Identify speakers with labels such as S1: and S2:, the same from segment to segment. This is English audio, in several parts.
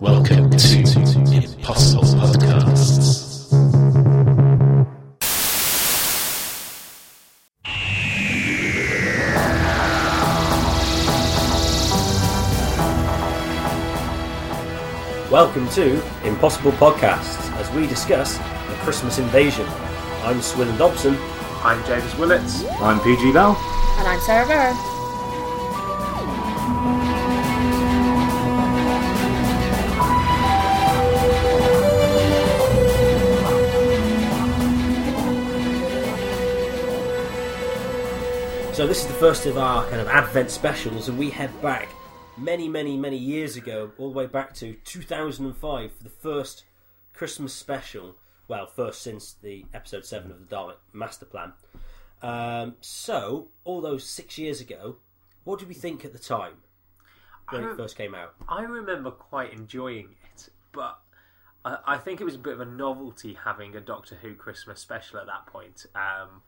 S1: Welcome to Impossible Podcasts.
S2: Welcome to Impossible Podcasts as we discuss the Christmas invasion. I'm Swin Dobson.
S3: I'm James Willits.
S4: I'm PG Bell.
S5: And I'm Sarah Barrow.
S2: So this is the first of our kind of Advent specials, and we head back many, many, many years ago, all the way back to 2005 for the first Christmas special. Well, first since the episode seven of the Dalek Master Plan. Um, so all those six years ago, what did we think at the time when
S3: I
S2: it
S3: don't-
S2: first came out?
S3: I remember quite enjoying it, but I, I think it was a bit of a novelty having a Doctor Who Christmas special at that point. Um,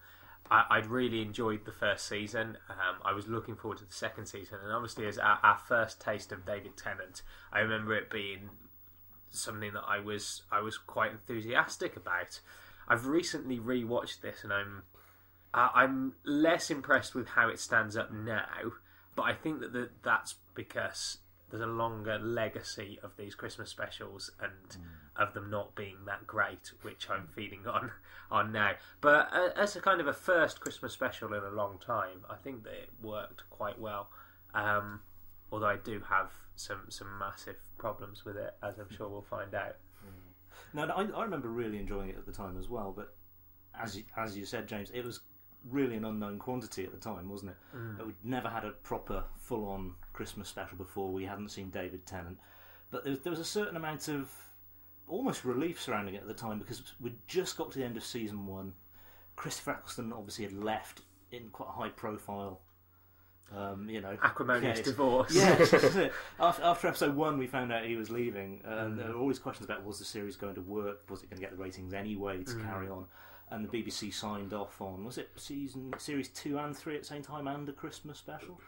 S3: I, I'd really enjoyed the first season. Um, I was looking forward to the second season, and obviously, as our, our first taste of David Tennant, I remember it being something that I was I was quite enthusiastic about. I've recently rewatched this, and I'm I- I'm less impressed with how it stands up now, but I think that the, that's because there's a longer legacy of these Christmas specials and of them not being that great, which I'm feeding on on now. But uh, as a kind of a first Christmas special in a long time, I think that it worked quite well. Um, although I do have some some massive problems with it, as I'm sure we'll find out.
S6: No, I, I remember really enjoying it at the time as well. But as you, as you said, James, it was really an unknown quantity at the time, wasn't it? But We'd never had a proper full-on Christmas special before. We hadn't seen David Tennant, but there, was- there was a certain amount of almost relief surrounding it at the time because we just got to the end of season one. Christopher Eccleston obviously had left in quite a high profile. Um, you know,
S3: Acrimonious
S6: case.
S3: divorce.
S6: Yes, this is it. After, after episode one, we found out he was leaving,
S3: Mm.
S6: and there were always questions about was the series going to work, was it going to get the ratings anyway
S3: Mm.
S6: to carry on, and the BBC signed off on was it season series two and three at the same time and a Christmas special,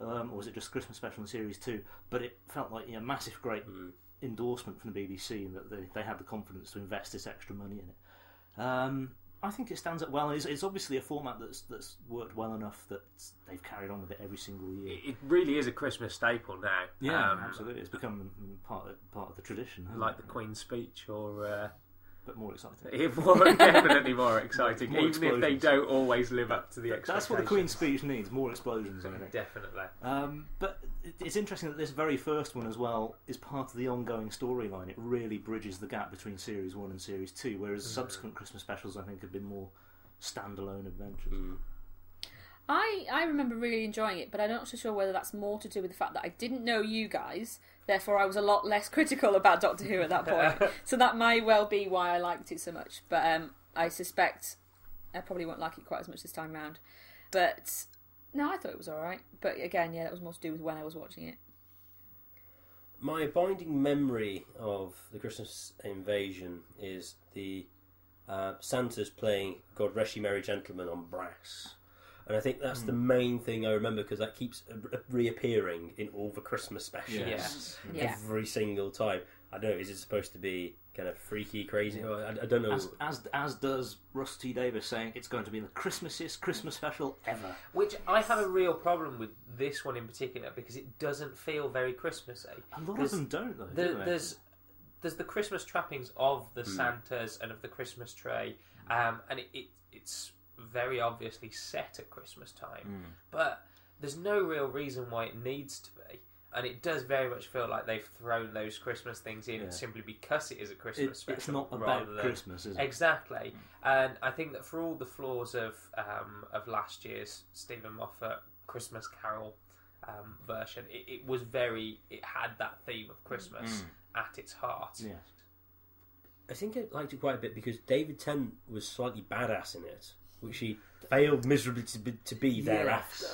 S6: um, or was it just Christmas special and series two? But it felt like a you know, massive, great
S3: Mm.
S6: endorsement from the BBC, and that they, they had the confidence to invest this extra money in it. Um, I think it stands up well. It's, it's obviously a format that's that's worked well enough that they've carried on with it every single year.
S3: It it really is a Christmas staple now.
S6: Yeah,
S3: Um,
S6: absolutely. It's become mm, part of, part of the tradition, hasn't
S3: like
S6: it?
S3: the Queen's speech or uh,
S6: but more exciting.
S3: it more definitely more exciting,
S6: More
S3: even if they
S6: explosions.
S3: don't always live up to the
S6: That's
S3: expectations.
S6: what the Queen's speech needs: more explosions, I think.
S3: Definitely.
S6: Um, but it- it's interesting that this very first one, as well, is part of the ongoing storyline. It really bridges the gap between series one and series two, whereas
S3: Mm.
S6: subsequent Christmas specials, I think, have been more standalone adventures.
S5: I, I remember really enjoying it, but I'm not so sure whether that's more to do with the fact that I didn't know you guys, therefore I was a lot less critical about Doctor Who at that point. so that might well be why I liked it so much. But um, I suspect I probably won't like it quite as much this time round. But no, I thought it was all right. But again, yeah, that was more to do with when I was watching it.
S2: My binding memory of the Christmas invasion is the uh, Santa's playing God Rest Ye Merry Gentlemen on brass. And I think that's the main thing I remember because that keeps uh, reappearing in all the Christmas specials
S3: Yes.
S5: Yeah.
S2: every single time. I don't know, is it supposed to be kind of freaky, crazy? Or I, I don't know.
S6: As, as as does Rusty Davis saying it's going to be the Christmasiest Christmas special ever.
S7: Which I have a real problem with this one in particular because it doesn't feel very Christmassy.
S6: A lot
S7: There's-
S6: of them don't though.
S7: There,
S6: do they?
S7: there's there's the Christmas trappings of
S6: Hmm.
S7: the Santas and of the Christmas tree, um, and it, it it's very obviously set at Christmas
S6: Hmm.
S7: time, but there's no real reason why it needs to be. And it does very much feel like they've thrown those Christmas things in
S6: Yeah.
S7: simply because it is a
S6: It-
S7: Christmas special.
S6: it's not
S7: rather
S6: about
S7: than-
S6: Christmas, is it?
S7: Exactly, and I think that for all the flaws of um, of last year's Stephen Moffat Christmas Carol um, version, it, it was very it had that theme of Christmas at its heart.
S6: Yes.
S2: I think I liked it quite a bit because David Tennant was slightly badass in it, which he failed miserably to be, to be thereafter.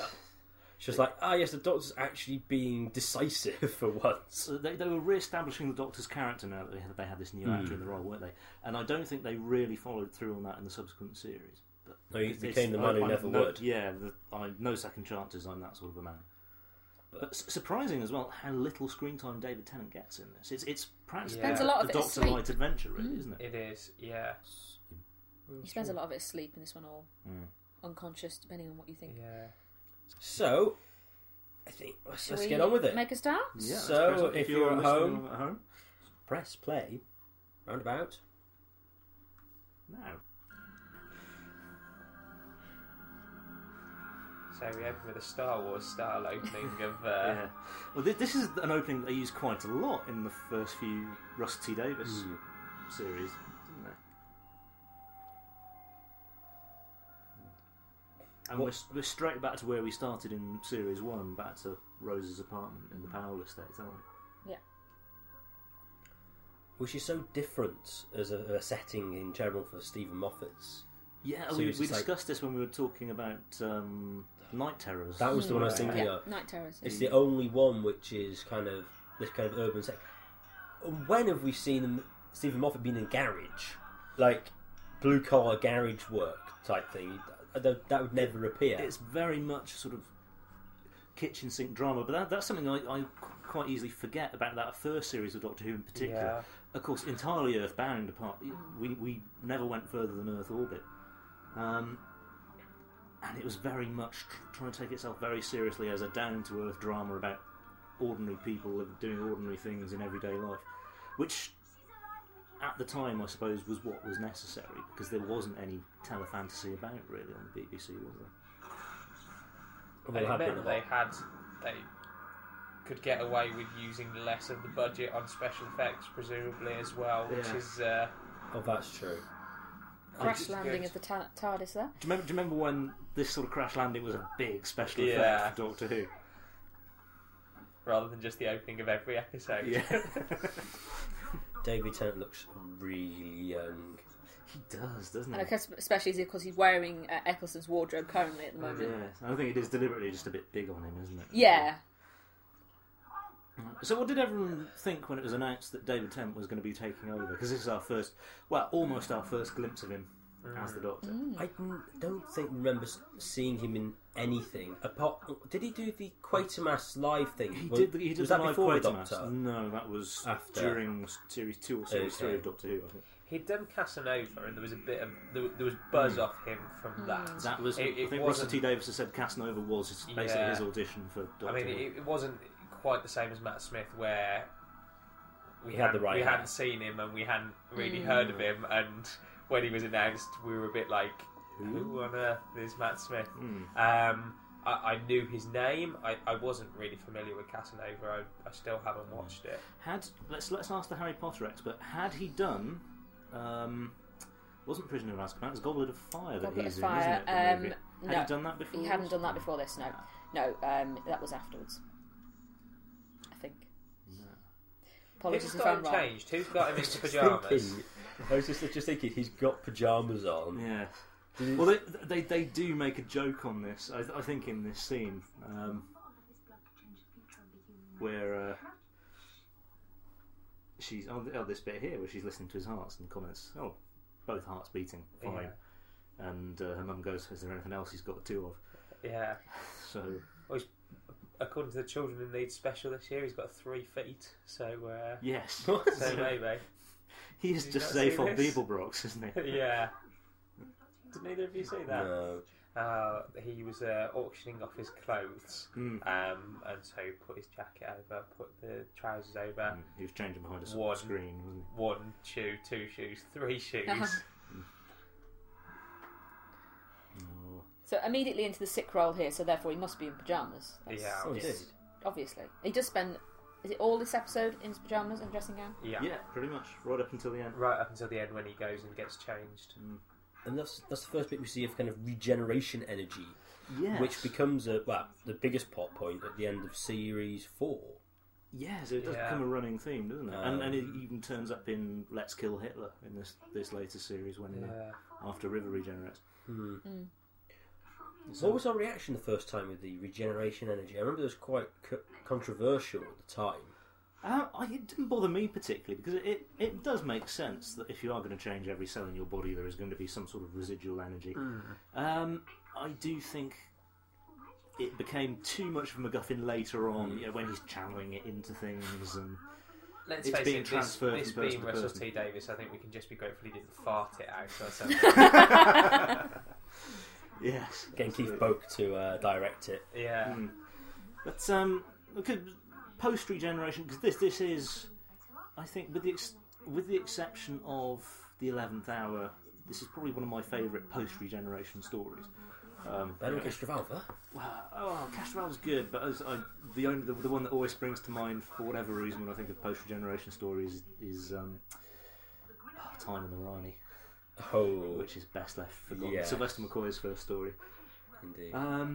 S2: She's like, ah, yes, the doctor's actually being decisive for once.
S6: So they, they were re-establishing the Doctor's character now that they had, they had this new actor in the role, weren't they? And I don't think they really followed through on that in the subsequent series. But
S2: No, he
S6: it's-
S2: became the man who
S6: I'm
S2: never
S6: no-
S2: would.
S6: Yeah, the, I no second chances. I'm that sort of a man.
S2: But
S6: But s- surprising as well how little screen time David Tennant gets in this. It's it's practically
S7: Spends a
S5: lot of
S6: the
S5: it
S6: Doctor
S5: asleep.
S6: Light adventure, really, isn't it?
S7: It is, yeah.
S5: He spends a lot of it asleep in this one, or
S2: Mm.
S5: unconscious, depending on what you think.
S7: Yeah.
S2: so, I think let's,
S5: Shall
S2: let's
S5: we
S2: get on with it.
S5: Make a start.
S6: Yeah, that's
S2: So,
S6: present.
S2: if you're at
S6: listening
S2: home-
S6: at home
S2: Press play. Roundabout.
S6: now,
S7: So we open with a Star Wars style opening of. Uh,
S6: yeah. Well, this, this is an opening that they use quite a lot in the first few Russ T Davis series, didn't they? And we're, s- we're straight back to where we started in series one, back to Rose's apartment in the Powell estate, aren't we?
S2: Which is so different as a, a setting in general for Stephen Moffat's.
S6: Yeah,
S2: So
S6: we, we
S2: it's just like-
S6: discussed this when we were talking about um, night terrors.
S2: That was the one I was
S6: Right.
S2: thinking
S5: Hmm. Yeah,
S2: of.
S5: night terrors.
S2: It's the only one which is kind of this kind of urban set. When have we seen him- Stephen Moffat being in garage, like blue collar garage work type thing? I don't- That would never appear.
S6: It's very much sort of kitchen sink drama, but that, that's something I, I qu- quite easily forget about that first series of Doctor Who in particular.
S7: Yeah.
S6: Of course, entirely Earthbound. Apart, we we never went further than Earth orbit, um, and it was very much tr- trying to take itself very seriously as a down to earth drama about ordinary people liv- doing ordinary things in everyday life, which. At the time, I suppose, was what was necessary because there wasn't any telefantasy about really on the BBC, was there?
S2: Well,
S7: They
S2: there have been
S7: meant
S2: a lot.
S7: they had they could get away with using less of the budget on special effects, presumably as well, which
S6: Yeah.
S7: is uh,
S2: Oh, that's true.
S5: Crash
S7: it's
S5: landing
S7: good.
S5: of the ta- TARDIS there.
S6: Do you, remember, do you remember when this sort of crash landing was a big special effect
S7: Yeah.
S6: for Doctor Who?
S7: rather than just the opening of every episode.
S2: David Tennant looks really young.
S6: he does, doesn't
S5: And I
S6: he?
S5: guess especially because he's wearing uh, Eccleston's wardrobe currently at the
S6: Yeah,
S5: moment.
S6: I think it is deliberately just a bit big on him, isn't it?
S5: Yeah.
S6: So, what did everyone think when it was announced that David Tennant was going to be taking over? Because this is our first, well, almost our first glimpse of him as the Doctor.
S5: Mm.
S2: I n- don't think remember s- seeing him in anything apart. Did he do the Quatermass live thing?
S6: He
S2: Was-
S6: did. The, he did
S2: was
S6: the
S2: that
S6: live
S2: before the
S6: Quatermass.
S2: Doctor?
S6: No, that was
S2: After.
S6: during series two or series
S2: Okay.
S6: three of Doctor Who. I think
S7: He'd done Casanova, and there was a bit of there, there was buzz
S2: Hmm.
S7: off him from that.
S6: that was.
S7: It- it
S6: I think Russell
S7: wasn't-
S6: T Davis has said Casanova was his- basically
S7: Yeah.
S6: his audition for Doctor
S7: I mean,
S6: Who.
S7: it, it wasn't quite the same as Matt Smith, where we
S2: He had the
S7: hadn't-
S2: right
S7: we
S2: hat.
S7: hadn't seen him and we hadn't really heard of him, and when he was announced, we were a bit like, "Who on earth is Matt Smith?"
S2: Hmm.
S7: Um, I, I knew his name. I, I wasn't really familiar with Casanova. I, I still haven't watched it.
S6: Had let's let's ask the Harry Potter expert. Had he done? Um, wasn't Prisoner of Azkaban? It's Goblet of Fire that
S5: Goblet
S6: he's
S5: of
S6: in, isn't
S5: Fire.
S6: it? the
S5: Um,
S6: movie? had
S5: no,
S6: he done that before?
S5: He hadn't done that before this. No, no, um, that was afterwards. I think. Apologies
S7: Who's
S5: if
S7: got
S5: I'm
S7: him
S5: wrong.
S7: changed? Who's got him into
S2: Just
S7: pajamas?
S2: thinking- I was just, just thinking he's got pajamas on.
S6: Yeah. Well, they, they they do make a joke on this. I, I think in this scene um, where uh, she's on oh, this bit here where she's listening to his hearts and comments. Oh, both hearts beating, fine. And uh, her mum goes, "Is there anything else he's got two of?"
S7: Yeah.
S6: So
S7: According to the children in need special this year, he's got three feet. So, uh,
S6: yes,
S7: so maybe.
S6: he is
S7: Did you
S6: just
S7: not see
S6: safe on
S7: this?
S6: Beeblebrox, isn't he?
S7: yeah. Did neither of you see that?
S2: No.
S7: Uh, he was uh, auctioning off his clothes,
S6: Mm.
S7: um, and so he put his jacket over, put the trousers over,
S6: Mm, He was changing behind a s-
S7: One.
S6: screen, wasn't
S7: one shoe, two shoes, three shoes.
S6: he? Oh.
S5: So immediately into the sick roll here. So therefore, he must be in pajamas. That's
S7: Yeah.
S2: Oh, he did.
S5: just- obviously. He does spend. Is it all this episode in his pajamas and dressing gown?
S7: yeah.
S6: Yeah. pretty much, right up until the end.
S7: Right up until the end when he goes and gets changed.
S6: Hmm.
S2: And that's that's the first bit we see of kind of regeneration energy,
S6: Yes.
S2: which becomes a well the biggest plot point at the end of series four.
S6: yes, it does
S7: Yeah.
S6: become a running theme, doesn't it? and, and it
S2: Um,
S6: even turns up in Let's Kill Hitler in this this later series when uh,
S7: Yeah.
S6: after River regenerates.
S2: What was our reaction the first time with the regeneration energy? I remember it was quite co- controversial at the time.
S6: Uh, I, it didn't bother me particularly because it, it, it does make sense that if you are going to change every cell in your body,
S2: Hmm.
S6: there is going to be some sort of residual energy. Um, I do think it became too much of a MacGuffin later
S2: Hmm.
S6: on, you know, when he's channeling it into things and
S7: Let's
S6: It's
S7: face
S6: being
S7: it, this,
S6: transferred
S7: this
S6: from person
S7: being
S6: to
S7: Russell
S6: person.
S7: T Davis, I think we can just be grateful he didn't fart it out or something.
S6: yes,
S2: Getting Keith
S6: absolutely.
S2: Boke to uh, direct it.
S7: yeah.
S6: Mm. But um, because post regeneration, because this this is, I think, with the ex- with the exception of the eleventh hour, this is probably one of my favourite post regeneration stories. Um,
S2: Better Stravalva.
S6: well, oh, Castroval's good, but as I, the only the, the one that always springs to mind for whatever reason when I think of post regeneration stories is um, oh, Time in the Rani,
S2: Oh,
S6: which is best left forgotten.
S2: Yes.
S6: Sylvester McCoy's first story.
S2: indeed.
S7: Uh,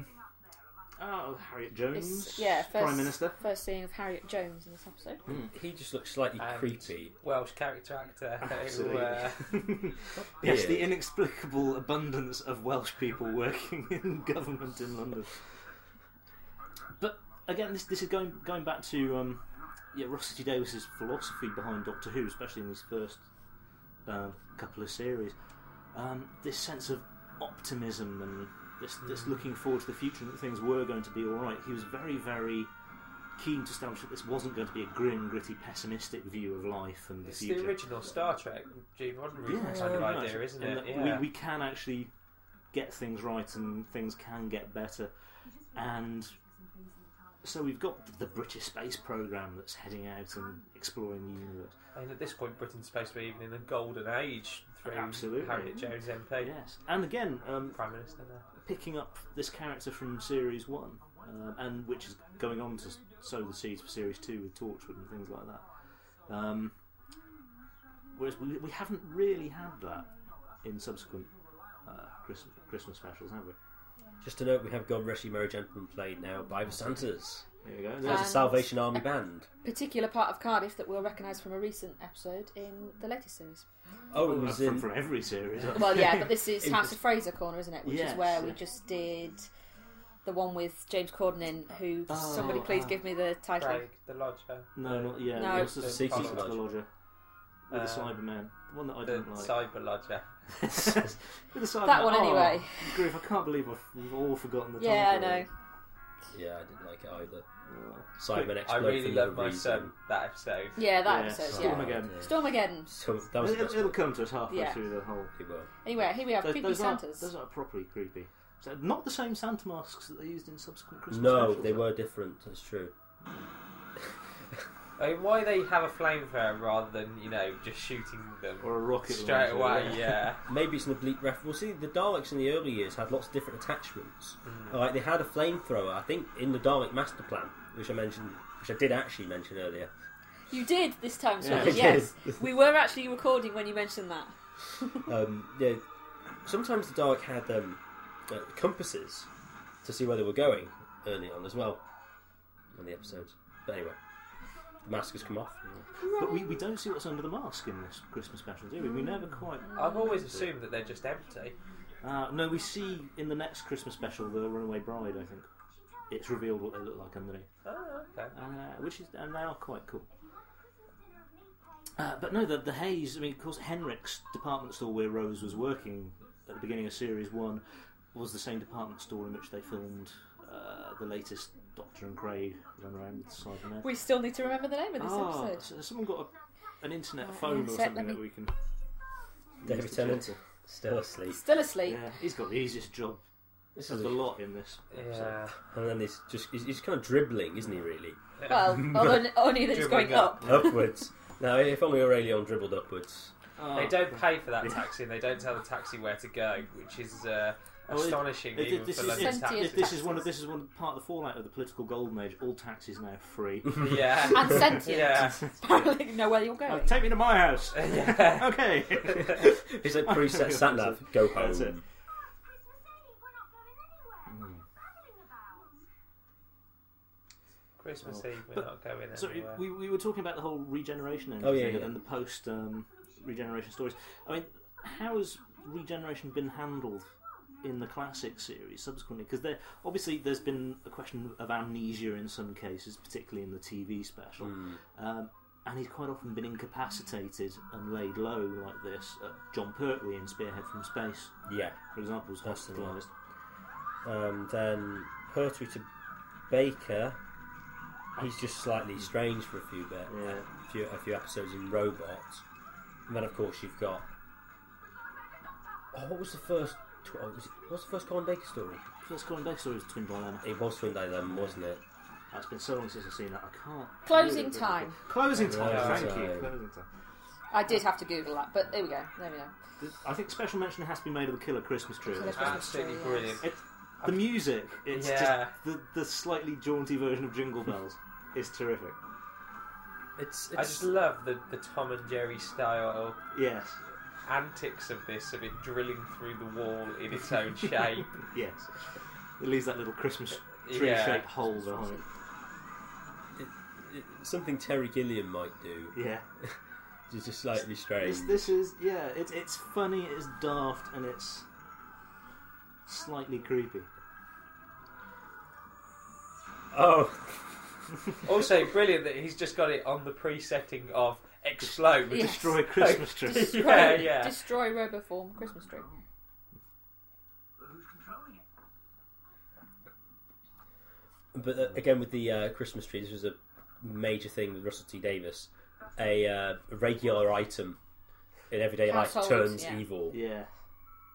S6: Um, oh, Harriet Jones,
S5: It's, yeah, first,
S6: Prime Minister.
S5: First seeing of Harriet Jones in this episode.
S2: he just looks slightly
S7: And-
S2: creepy.
S7: Welsh character actor who
S6: Absolutely.
S7: uh,
S6: yes,
S2: Yeah.
S6: the inexplicable abundance of Welsh people working in government in London. But again, this this is going going back to um, yeah Russell T Davis's philosophy behind Doctor Who, especially in these first uh, couple of series. Um, this sense of optimism and this this looking forward to the future and that things were going to be all right. He was very very keen to establish that this wasn't going to be a grim, gritty, pessimistic view of life and the
S7: it's
S6: future.
S7: the original Star Trek Gene Roddenberry
S6: Yeah,
S7: kind of
S6: very
S7: idea,
S6: much.
S7: isn't
S6: In
S7: it?
S6: that
S7: Yeah.
S6: We, we can actually get things right and things can get better. And so we've got the British space program that's heading out and exploring the universe.
S7: And at this point, Britain's supposed to be even in the golden age through
S6: Absolutely.
S7: Harriet Jones MP,
S6: Yes. And again, um,
S7: Prime Minister. There.
S6: picking up this character from series one, um, and which is going on to s- sow the seeds for series two with Torchwood and things like that. Um, whereas we, we haven't really had that in subsequent uh, Christmas, Christmas specials, have we?
S2: Just to note, we have God Rest Ye Merry Gentlemen played now by the Santas.
S6: There you go.
S2: There's
S6: There's
S2: a
S5: And-
S2: Salvation Army band.
S5: Particular part of Cardiff that we'll recognise from a recent episode in the latest series.
S2: Oh, it
S6: Uh,
S2: was
S6: from,
S2: in.
S6: from every series.
S5: Well, yeah, but this is
S2: It
S5: House
S2: was-
S5: of Fraser corner, isn't it? Which
S6: Yes,
S5: is where we
S6: yeah.
S5: just did the one with James Corden in. Who
S6: Oh,
S5: somebody please
S6: ah.
S5: give me the title?
S7: Craig, the Lodger,
S6: no, not yeah.
S5: No.
S6: What's the
S7: The
S6: secret
S2: Secret Uh,
S6: to the
S2: Lodger.
S6: lodger with the
S7: Um,
S6: Cyberman, the one that I
S7: the
S6: didn't like.
S7: Cyber Lodger.
S6: with the Cyberman.
S5: That one
S6: Oh,
S5: anyway.
S6: Griff, I can't believe I've- we've all forgotten the.
S5: Yeah, I
S6: title.
S5: know.
S2: Yeah, I didn't like it either.
S6: Oh.
S2: Simon
S7: I
S2: exploded
S7: really
S2: for
S7: love
S2: no
S7: my
S2: reason.
S7: son. That episode.
S5: Yeah, that
S6: Yes.
S5: episode.
S6: Storm
S5: Yeah,
S6: again.
S2: Yeah.
S5: Stormageddon.
S2: Come- That was the
S6: It'll,
S2: best
S6: it'll
S2: one.
S6: come to us halfway
S5: Yeah.
S6: through the whole.
S2: It will.
S5: Anyway, here we have
S6: Those,
S5: creepy
S6: those aren't,
S5: Santas.
S6: those aren't properly creepy. So not the same Santa masks that they used in subsequent Christmas.
S2: No,
S6: specials,
S2: they
S6: though.
S2: were different. That's true.
S7: I mean, why they have a flamethrower rather than you know just shooting them
S6: Or a rocket
S7: straight
S6: launcher,
S7: away? Yeah.
S2: Maybe it's an oblique ref. Well, see, the Daleks in the early years had lots of different attachments.
S6: Mm.
S2: Like they had a flamethrower, I think, in the Dalek Master Plan, which I mentioned, which I did actually mention earlier.
S5: You did this time,
S6: Yeah,
S5: Sweeney,
S2: I
S5: yes. we were actually recording when you mentioned that.
S2: Um, yeah, sometimes the Dalek had um, uh, compasses to see where they were going early on as well in the episodes. But anyway, the mask has come off.
S6: But we, we don't see what's under the mask in this Christmas special, do we? We never quite.
S7: I've always assumed that they're just empty.
S6: Uh, no, we see in the next Christmas special, The Runaway Bride, I think. It's revealed what they look like underneath.
S7: Oh, okay.
S6: uh, which is and they are quite cool. Uh, but no, the, the haze. I mean, of course, Henrik's department store where Rose was working at the beginning of series one was the same department store in which they filmed uh, the latest Doctor and Craig run around with Cybermen.
S5: We still need to remember the name of this
S6: Ah,
S5: episode.
S6: so someone got a, an internet
S5: Uh,
S6: phone or
S5: internet,
S6: something
S5: let me-
S6: that we can.
S2: David
S6: use to
S2: Tennant
S6: check
S2: still asleep,
S5: Still
S6: it.
S5: asleep.
S6: Yeah, he's got the easiest job. This is
S2: is a-
S6: a lot in this. episode.
S7: Yeah.
S2: and then he's just he's, he's kind of dribbling, isn't he? Really
S5: Well, although only that it's
S7: Dribbling
S5: going
S7: up.
S5: up.
S2: upwards. Now, if only Aurelion dribbled upwards.
S6: Ah.
S7: They don't pay for that taxi and they don't tell the taxi where to go, which is uh,
S6: Well, Oh, it-
S7: astonishing
S6: It-
S7: even
S6: it- this,
S7: for
S6: is,
S7: London
S5: Sentient
S7: taxis.
S6: it- this is one of this is one part of the fallout of the political golden age. All taxis now free.
S7: yeah.
S5: And sentient.
S7: yeah.
S5: Apparently, you know where you're going.
S6: Oh, take me to my house.
S7: yeah.
S6: okay.
S2: It's a preset sat nav. Go home.
S6: That's it.
S7: Christmas Eve, we're
S6: Oh. But-
S7: not going
S6: So
S7: anywhere.
S6: we, we were talking about the whole regeneration and,
S2: Oh, yeah,
S6: everything
S2: yeah.
S6: and the post um, regeneration stories. I mean, how has regeneration been handled in the classic series subsequently? Because there obviously there's been a question of amnesia in some cases, particularly in the TV special.
S2: Hmm.
S6: Um, and he's quite often been incapacitated and laid low like this. Uh, John Pertwee in Spearhead from Space,
S2: Yeah.
S6: for example, was
S2: That's the one.
S6: hospitalised.
S2: Um, then Pertwee to Baker. He's just slightly strange for a few bit,
S6: Yeah.
S2: a, few, a few episodes in Robot, and then of course you've got. Oh, what was the first? Tw- oh, was it, what's the first Colin Baker story?
S6: First Colin Baker story was Twin Dilemma.
S2: It was Twin Dilemma, wasn't it?
S6: It's been so long since I've seen that. I can't.
S5: Closing time.
S6: Closing time.
S2: Closing
S6: thank you.
S2: time.
S6: Closing time.
S5: I did have to Google that, but there we go. There we go.
S6: Th- I think special mention has to be made of the Killer Christmas Tree.
S5: Killer Christmas
S7: Absolutely
S5: tree,
S7: brilliant.
S6: It, the music. It's
S7: Yeah.
S6: just the, the slightly jaunty version of Jingle Bells. is terrific.
S2: It's,
S7: I just love the, the Tom and Jerry style
S6: Yes.
S7: antics of this, of it drilling through the wall in its own shape.
S6: Yes. It leaves that little Christmas tree
S7: Yeah.
S6: shaped hole behind it.
S2: something Terry Gilliam might do.
S6: Yeah.
S2: It's just slightly strange.
S6: This, this is yeah. It's it's funny. It's daft and it's slightly creepy.
S2: Oh,
S7: also, brilliant that he's just got it on the pre-setting of explode.
S5: Yes.
S6: Destroy Christmas tree.
S5: Destroy,
S7: Yeah, yeah.
S5: destroy Roboform Christmas tree.
S2: But uh, again, with the uh, Christmas tree, this was a major thing with Russell T Davis. A uh, regular item in everyday life
S5: Household,
S2: turns
S5: yeah.
S2: evil.
S6: yeah.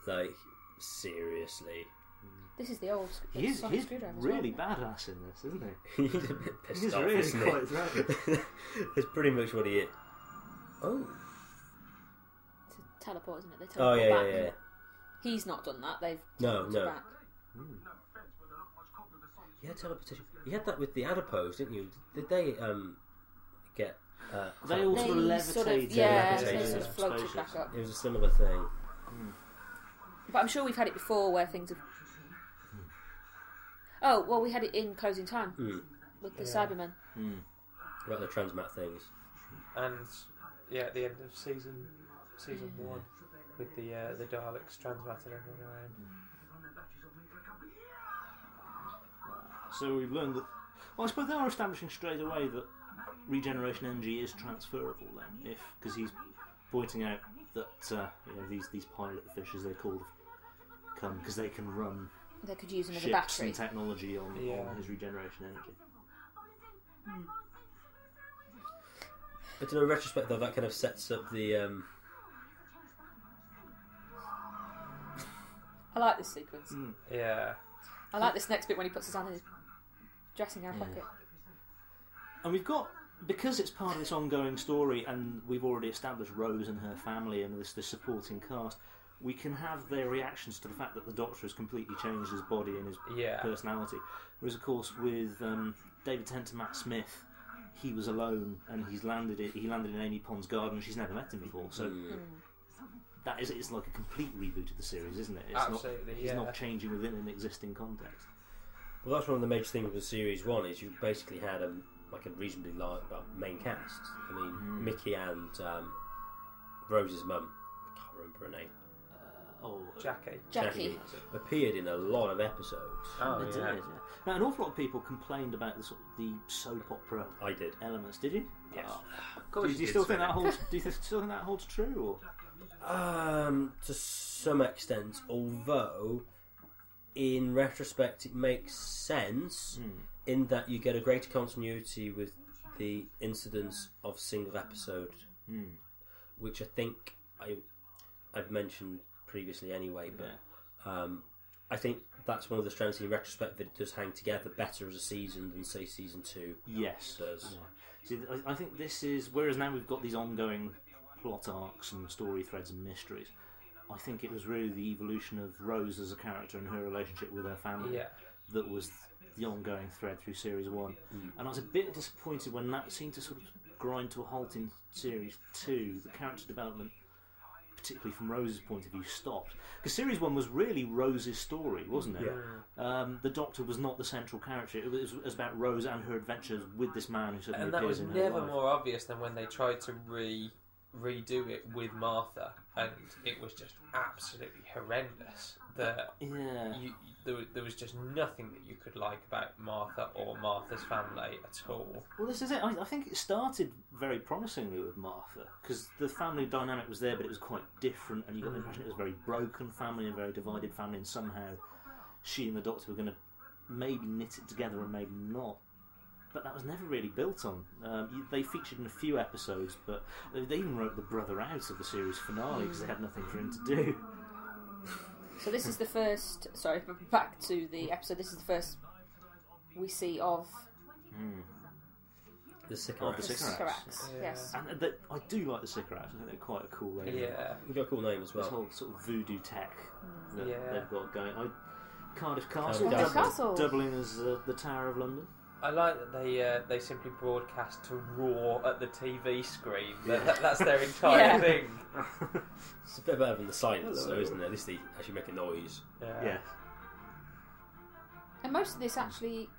S2: Like seriously,
S5: This is the old. sc-
S6: He is,
S5: sonic
S6: he's
S5: screwdriver as
S6: really
S5: well.
S6: badass in this, isn't he?
S2: he's a bit pissed
S6: He's
S2: off.
S6: really
S2: isn't
S6: quite
S2: he?
S6: right.
S2: That's pretty much what he is. Oh,
S5: It's a teleport, isn't it? They
S2: oh
S5: teleport
S2: yeah, yeah,
S5: back.
S2: yeah.
S5: He's not done that. They've
S2: No,
S5: teleported
S2: no.
S5: back.
S2: You had teleportation. You had that with the adipose, didn't you? Did they um get? Uh,
S6: They all
S5: They
S6: sort of levitate.
S5: sort of yeah,
S2: levitate,
S5: they
S2: yeah.
S5: sort of floated
S6: Spacious.
S5: back up.
S2: it was a similar thing.
S5: But I'm sure we've had it before where things have. Oh well, we had it in closing time
S2: Mm.
S5: with the Cybermen.
S6: Hmm.
S2: About the transmat things.
S7: And yeah, at the end of season season one, with the uh, the Daleks transmatting everyone around.
S6: So we learned that. Well, I suppose they are establishing straight away that regeneration energy is transferable then, if because he's pointing out that uh, you know these these pilot fish, as they're called, come because they can run
S5: They could use another
S6: ships
S5: battery.
S6: and technology on,
S7: Yeah.
S6: on his regeneration energy.
S2: But in a retrospect, though, that kind of sets up the um,
S5: I like this sequence.
S7: Yeah,
S5: I like this next bit when he puts his hand in his dressing gown pocket.
S6: And we've got because it's part of this ongoing story, and we've already established Rose and her family and this the supporting cast. We can have their reactions to the fact that the Doctor has completely changed his body and his
S7: yeah,
S6: personality. Whereas, of course, with um, David Tennant and Matt Smith, he was alone and he's landed it. He landed in Amy Pond's garden. She's never met him before, so
S7: Mm.
S2: hmm.
S6: that is it's like a complete reboot of the series, isn't it? It's
S7: Absolutely,
S6: Not, he's
S7: yeah.
S6: not changing within an existing context.
S2: Well, that's one of the major things with series one is you basically had a like a reasonably large well, main cast. I mean, Mickey and um, Rose's mum, I can't remember her name,
S6: Oh,
S7: Jackie.
S5: Jackie.
S2: appeared in a lot of episodes.
S7: Oh
S6: it did, yeah. Now, an awful lot of people complained about the sort of the soap opera
S2: I did.
S6: elements. Did you?
S7: Yes.
S6: Oh.
S7: Of
S6: Do
S7: course,
S6: you,
S7: you
S6: still
S7: did,
S6: think that holds? Do you still think that holds true? Or
S2: Um, to some extent, although in retrospect it makes sense
S6: Hmm.
S2: in that you get a greater continuity with the incidents of single episode,
S6: Hmm.
S2: which I think I I've mentioned previously anyway, but. Um, I think that's one of the strengths in retrospect that it does hang together better as a season than say season two
S6: Yes.
S2: does.
S6: See, I- I think this is whereas now we've got these ongoing plot arcs and story threads and mysteries. I think it was really the evolution of Rose as a character and her relationship with her family
S7: Yeah.
S6: that was the ongoing thread through series one.
S7: Mm.
S6: And I was a bit disappointed when that seemed to sort of grind to a halt in series two. The character development, particularly from Rose's point of view, stopped because series one was really Rose's story, wasn't it? Um, the Doctor was not the central character. It was, it was about Rose and her adventures with this man who suddenly
S7: and that was
S6: appears in her
S7: never
S6: life.
S7: more obvious than when they tried to re redo it with Martha, and it was just absolutely horrendous. That
S6: Yeah.
S7: you, there, wa- there was just nothing that you could like about Martha or Martha's family at all.
S6: Well, this is it. I, I think it started very promisingly with Martha because the family dynamic was there, but it was quite different, and you got the impression it was a very broken family, a very divided family, and somehow she and the Doctor were going to maybe knit it together and maybe not. But that was never really built on. Um, you- they featured in a few episodes, but they they even wrote the brother out of the series finale because they had nothing for him to do.
S5: So this is the first. Sorry, b- back to the episode. This is the first we see of
S2: The
S6: Of Oh, the
S2: Sycorax.
S6: Sycorax.
S5: Sycorax. Yes.
S6: And uh, they, I do like the Sycorax. I think they're quite a cool
S7: Yeah.
S6: label.
S7: yeah.
S2: We've got a cool name as
S6: This
S2: well.
S6: whole sort of voodoo tech that
S7: Yeah.
S6: they've got going. I, Cardiff Castle,
S2: Cardiff
S6: Dublin-
S5: Castle.
S6: doubling as uh, the Tower of London.
S7: I like that they uh, they simply broadcast to roar at the TV screen. That, that, that's their entire
S5: Yeah.
S7: thing.
S2: It's a bit better than the silence,
S6: Hello.
S2: though, isn't it? At least they actually make a noise.
S7: Yeah.
S6: yeah.
S5: And most of this actually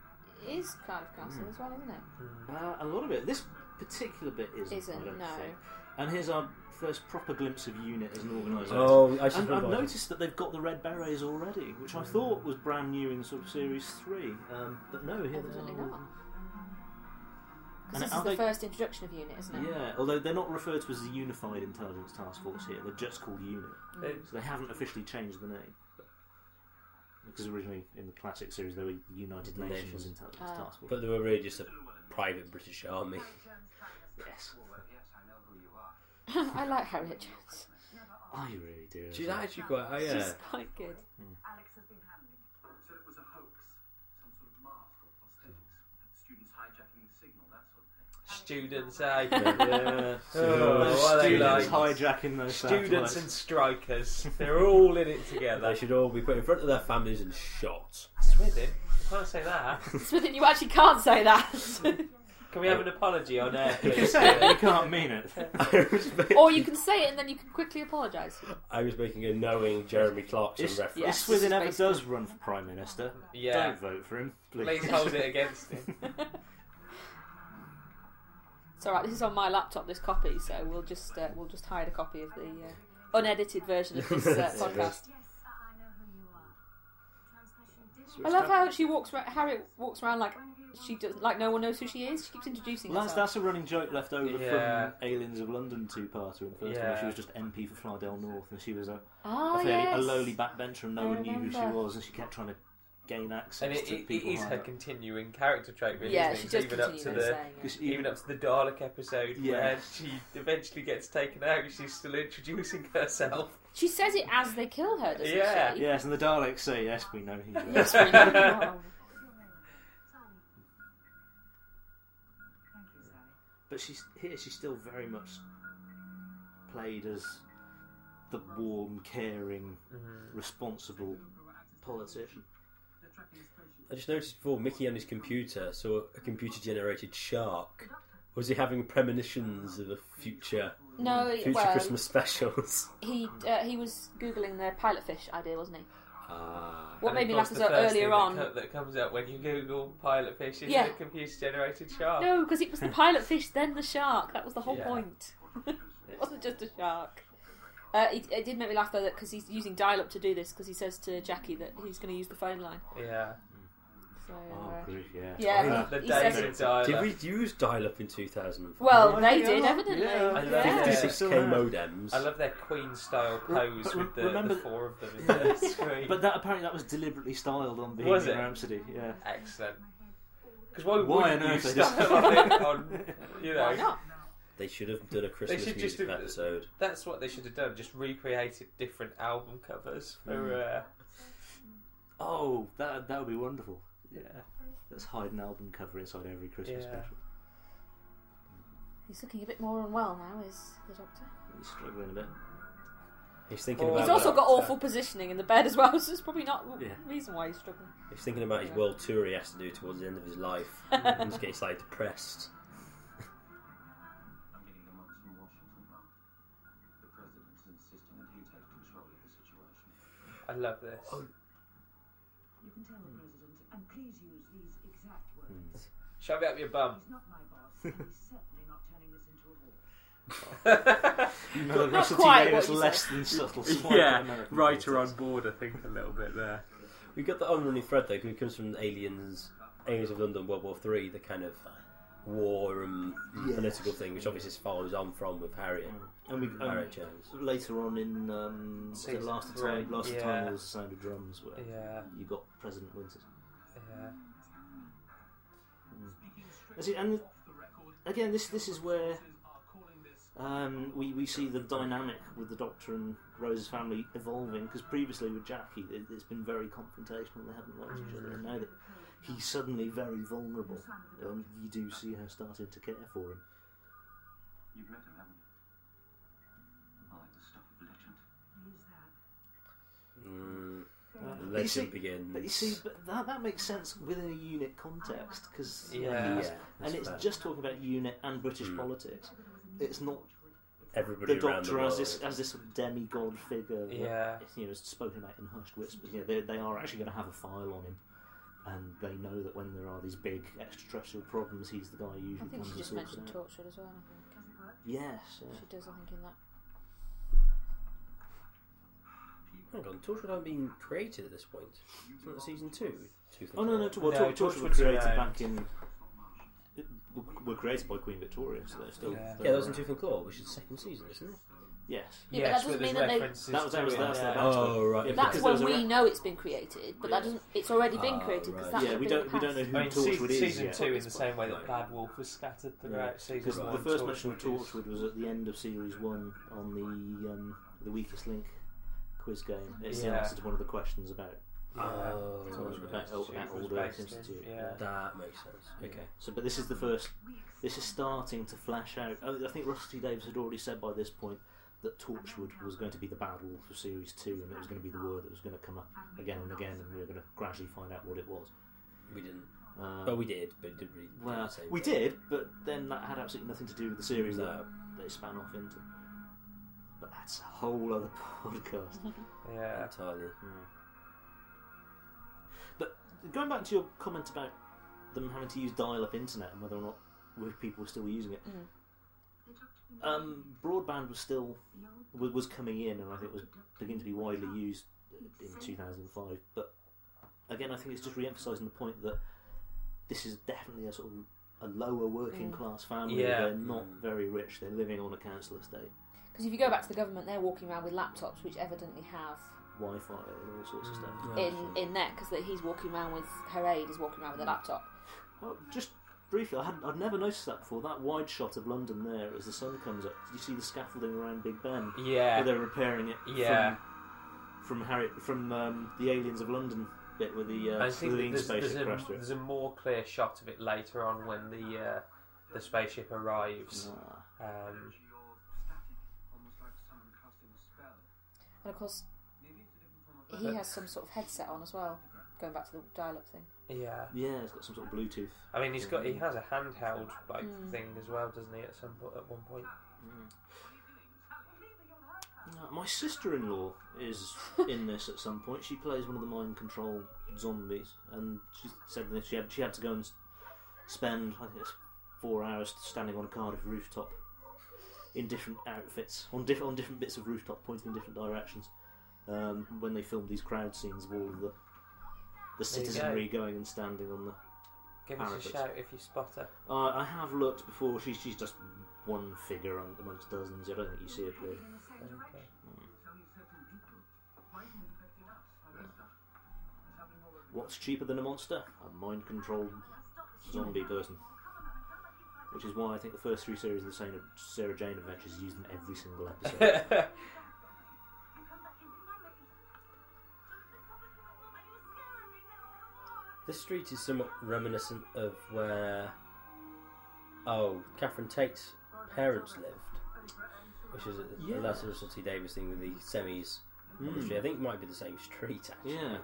S5: is Cardiff
S2: Hmm.
S5: Castle as well, isn't it?
S7: Hmm.
S6: Uh, a lot of it. This particular bit isn't. I
S5: Isn't
S6: don't
S5: no.
S6: think. And here's our first proper glimpse of UNIT as an organisation.
S2: Oh, I should
S6: and I've
S2: remember.
S6: noticed that they've got the red berets already, which I thought was brand new in sort of series three. Um, but no, here there's
S5: Evidently
S6: all-
S5: not.
S6: And
S5: Because this
S6: are
S5: is the
S6: they-
S5: first introduction of unit, isn't it?
S6: Yeah, although they're not referred to as the Unified Intelligence Task Force here, they're just called UNIT.
S7: It's-
S6: So they haven't officially changed the name. Because originally in the classic series they were United
S2: The
S6: Nations,
S2: Nations.
S6: Intelligence
S5: Ah.
S6: Task Force.
S2: But they were really just a private British army.
S6: yes,
S5: I like Harriet Jones.
S6: I really do.
S2: She's actually quite. Oh, yeah.
S5: She's quite good.
S4: Alex has been handling it.
S8: said it was a hoax, some sort of mask or prosthetics, students hijacking the signal, that sort of thing.
S7: Students, eh?
S6: Yeah.
S7: Oh,
S6: Those
S7: what are they
S6: students
S7: like?
S6: hijacking those
S7: Students
S6: satellites.
S7: and strikers. They're all in it
S2: They
S7: together.
S2: should all be put in front of their families and shot.
S7: That's with him. I can't say that.
S5: Swithin, you actually can't say that.
S7: Can we have an apology on air,
S6: You can
S7: please?
S6: say it, you can't mean it.
S2: I was, ma-
S5: or you can say it and then you can quickly apologise.
S2: I was making a knowing Jeremy Clarkson
S6: It's-
S2: reference.
S5: Yes.
S6: If Swithin ever
S5: Basically.
S6: does run for Prime Minister,
S7: Yeah.
S6: don't vote for him, please.
S7: Please hold it against him.
S5: It's all right. This is on my laptop. This copy, so we'll just uh, we'll just hide a copy of the uh, unedited version of this uh,
S2: Yes.
S5: podcast.
S4: Yes, I I know who you are. Transmission
S5: I
S4: digital.
S5: love how she walks. Ra- Harriet walks around like she does, like no one knows who she is. She keeps introducing
S6: Lance,
S5: herself.
S6: that's a running joke left over
S7: Yeah.
S6: from Aliens of London two-parter in the first one.
S7: Yeah.
S6: She was just MP for Flydale North, and she was a,
S5: Ah,
S6: a, fairly,
S5: yes.
S6: a lowly backbencher, and no
S5: I
S6: one knew who she
S5: remember.
S6: was, and she kept trying to gain access
S7: And it,
S6: to
S7: it, it
S6: people.
S7: is her continuing character trait, really.
S5: yeah, she
S7: isn't it?
S5: does
S7: even
S5: continue
S7: up to the
S5: saying it.
S6: Because
S7: even up to the Dalek episode
S6: Yeah.
S7: where she eventually gets taken out. She's still introducing herself.
S5: She says it as they kill her, doesn't
S7: Yeah.
S5: she?
S6: Yes, and the Daleks say, yes, we know who you are.
S5: Yes, we know you are.
S4: Thank you, Sally.
S6: But she's here. She's still very much played as the warm, caring,
S7: Mm-hmm.
S6: responsible politician.
S2: I just noticed before Mickey on his computer saw a computer generated shark. Was he having premonitions of a future
S5: No, it-
S2: future
S5: Oh, well,
S2: Christmas specials?
S5: he uh, he was googling the pilot fish idea, wasn't he?
S2: Ah.
S5: What
S7: And
S5: made
S7: of
S5: me
S7: course
S5: laugh is
S7: the
S5: that
S7: first thing
S5: earlier
S7: that
S5: on.
S7: co- that comes up when you Google pilot fish is
S5: Yeah.
S7: a computer generated shark.
S5: No, because it was the pilot fish, then the shark. That was the whole
S7: Yeah.
S5: point. it wasn't just a shark. Uh, it, it did make me laugh though, because he's using dial-up to do this, because he says to Jackie that he's going to use the phone line.
S7: Yeah,
S5: So,
S6: Oh,
S5: uh,
S6: grief, yeah.
S5: yeah,
S7: the
S5: he, he says
S7: days
S5: it.
S7: of dial
S2: Did we use dial up in 2005?
S5: Well,
S6: Oh,
S5: they
S6: yeah.
S5: did evidently.
S6: Yeah. I
S7: love
S5: Yeah.
S7: it.
S2: 56k modems.
S7: I love their Queen style
S6: Re-
S7: pose with the,
S6: remember
S7: the
S6: th-
S7: four of them in the screen.
S6: But that apparently that was deliberately styled on Bohemian
S7: Was it?
S6: Rhapsody. Yeah.
S7: Excellent. Because why,
S6: Why
S7: wouldn't
S6: on
S7: you
S6: earth they just-
S7: style it on, you know,
S5: Why not?
S2: They should have done a Christmas
S7: should
S2: music
S7: just have-
S2: episode.
S7: That's what they should have done. Just recreated different album covers for.
S6: Mm.
S7: Uh,
S6: Oh, that that would be wonderful. Yeah. Let's hide an album cover inside every Christmas
S7: Yeah.
S6: special.
S5: He's looking a bit more unwell now, is the doctor.
S6: He's struggling a bit.
S2: He's thinking
S7: Oh,
S2: about
S5: He's also
S2: that-
S5: got awful positioning in the bed as well, so it's probably not the
S6: Yeah.
S5: reason why he's struggling.
S2: he's thinking about his
S5: Yeah.
S2: world tour he has to do towards the end of his life. and he's getting slightly depressed.
S8: I'm getting the monks from Washington, Mum. The president is insisting that he take control of the situation.
S7: I love this.
S4: You can tell the president, and please use these exact
S7: Hmm.
S4: words.
S7: Shove it up your bum.
S4: He's not my boss, and he's certainly not turning this into a war.
S6: Not,
S5: quite what
S6: Davis
S5: you
S6: less than subtle. swipe at American politics.
S7: board, I think, a little bit there.
S2: We got the unrunning thread though, 'cause it comes from Aliens, Aliens of London, World War Three, the kind of war and political thing, which obviously follows on from with Harriet,
S6: And we, um,
S2: Harriet Jones.
S6: later on in um, was it
S7: Season
S6: Last of
S7: three,
S6: Time, Last of
S7: yeah.
S6: Time was the sound of drums where
S7: Yeah,
S6: you got President Winters.
S7: yeah.
S6: That's it, and again, this this is where um, we we see the dynamic with the Doctor and Rose's family evolving because previously with Jackie, it, it's been very confrontational. They haven't liked each other, and now that he's suddenly very vulnerable, um, you do see her starting to care for him.
S8: You've met him, haven't you? I like the stuff of legend.
S4: He's that.
S2: Mm, the
S6: But you see-
S2: legend begins.
S6: But you see, but that, that makes sense within a unit context because
S7: Yeah.
S2: Yeah,
S6: and
S2: that's
S6: it's
S2: fair.
S6: just talking about unit and British
S2: Mm.
S6: politics. It's not
S2: everybody
S6: the
S2: around the
S6: Doctor
S2: world.
S6: as this as this sort of demigod figure. that,
S7: Yeah.
S6: you know, is spoken about in hushed whispers. You know, they they are actually going to have a file on him, and they know that when there are these big extraterrestrial problems, he's the guy who
S5: I
S6: usually
S5: think
S6: comes
S5: she
S6: and
S5: just
S6: sorts it
S5: mentioned
S6: out.
S5: tortured as well. I
S6: Yes.
S5: think. She does, I think, in that.
S2: Hang on, Torchwood haven't been created at this point. Isn't it season two?
S6: Oh no no! Well,
S7: No,
S6: Torchwood,
S7: Torchwood's
S6: were created
S7: around.
S6: back in. it- were- Were created by Queen Victoria, so they're still.
S7: Yeah.
S2: Yeah, that was in Tooth and Claw, which is the second season, isn't it?
S6: Yes.
S5: Yeah, but
S7: but
S5: that doesn't
S7: there's
S5: mean that they-
S7: references
S6: That was- that
S7: to
S6: was-
S7: it,
S6: that was
S7: yeah.
S6: their back- Oh,
S2: right.
S6: Yeah,
S5: That's
S6: because there
S5: when
S6: was a
S5: we
S6: re-
S5: know it's been created, but that doesn't. It's already been
S2: Ah,
S5: created because
S2: right.
S5: that's
S6: yeah, we don't we don't know who
S7: I mean,
S6: Torchwood
S7: season,
S6: is
S7: season
S6: yet.
S7: two in the same way that
S2: Right.
S7: Bad Wolf was scattered throughout season
S6: Because
S7: one.
S6: the first mention of
S7: Torchwood is-
S6: Torchwood was at the end of series one on the um, the weakest link quiz game. It's the
S7: Yeah.
S6: answer to one of the questions about,
S7: Yeah.
S6: about,
S2: Oh,
S6: about
S7: Torchwood was
S6: Old
S7: based
S6: Earth
S7: in-
S6: Institute.
S7: yeah.
S2: that makes sense. Okay.
S6: So, but this is the first. This is starting to flash out. Oh, I I think Rusty Davis had already said by this point that Torchwood was going to be the bad wolf for series two, and it was going to be the word that was going to come up again and again, and we were going to gradually find out what it was.
S2: We didn't.
S6: Um,
S2: Well, we did, but it didn't really.
S6: well,
S2: say
S6: we did, but then that had absolutely nothing to do with the series that
S2: No.
S6: they span off into. But that's a whole other podcast. uh,
S7: Yeah.
S2: Entirely.
S6: Hmm. But going back to your comment about them having to use dial-up internet and whether or not we- people were still using it, um, broadband was still was, was coming in, and I think was beginning to be widely used in 2005. But again, I think it's just re-emphasising the point that this is definitely a sort of a lower working class family.
S7: Yeah.
S6: They're not very rich. They're living on a council estate,
S5: Because if you go back to the government, they're walking around with laptops, which evidently have
S6: Wi-Fi, and all sorts of stuff.
S5: in in there because he's walking around with her aide is walking around with a laptop.
S6: Well, just briefly, I hadn't, I'd never noticed that before. That wide shot of London there as the sun comes up. You see the scaffolding around Big Ben.
S7: Yeah.
S6: Where they're repairing it.
S7: Yeah.
S6: From, from Harry, from um, the Aliens of London bit with the uh,
S7: I think
S6: lean
S7: there's, there's,
S6: spaceship
S7: a,
S6: crashed through. it.
S7: there's a more clear shot of it later on when the uh, the spaceship arrives.
S6: Ah.
S7: Um,
S8: You're static, almost like someone casting a spell.
S5: And of course,
S8: Maybe it's a different form of
S5: he has some sort of headset on as well. Going back to the dial-up thing.
S7: yeah,
S6: Yeah, it's got some sort of Bluetooth.
S7: I mean he's
S6: Mm.
S7: got he has a handheld like
S5: Mm.
S7: thing as well, doesn't he? At some po- at one point.
S6: No, My sister-in-law is in this at some point. She plays one of the mind control zombies, and she said that she had she had to go and s- spend I think it's four hours standing on a Cardiff rooftop in different outfits on different on different bits of rooftop, pointing in different directions. Um, when they filmed these crowd scenes of all of the the
S7: There you go.
S6: citizenry going and standing on the
S7: Give us a
S6: Parapet.
S7: shout if you spot her.
S6: uh, I have looked before. She's she's just one figure on- amongst dozens. I don't think you see her clearly.
S7: Okay.
S6: What's cheaper than a monster? A mind-controlled zombie person. Which is why I think the first three series of the Sarah- Sarah Jane Adventures use them every single episode.
S2: This street is somewhat reminiscent of where. Oh, Catherine Tate's parents lived. Which is a,
S6: Yeah.
S2: a last little T Davis thing with the semis. on the
S6: Mm.
S2: street. I think it might be the same street, actually.
S6: yeah,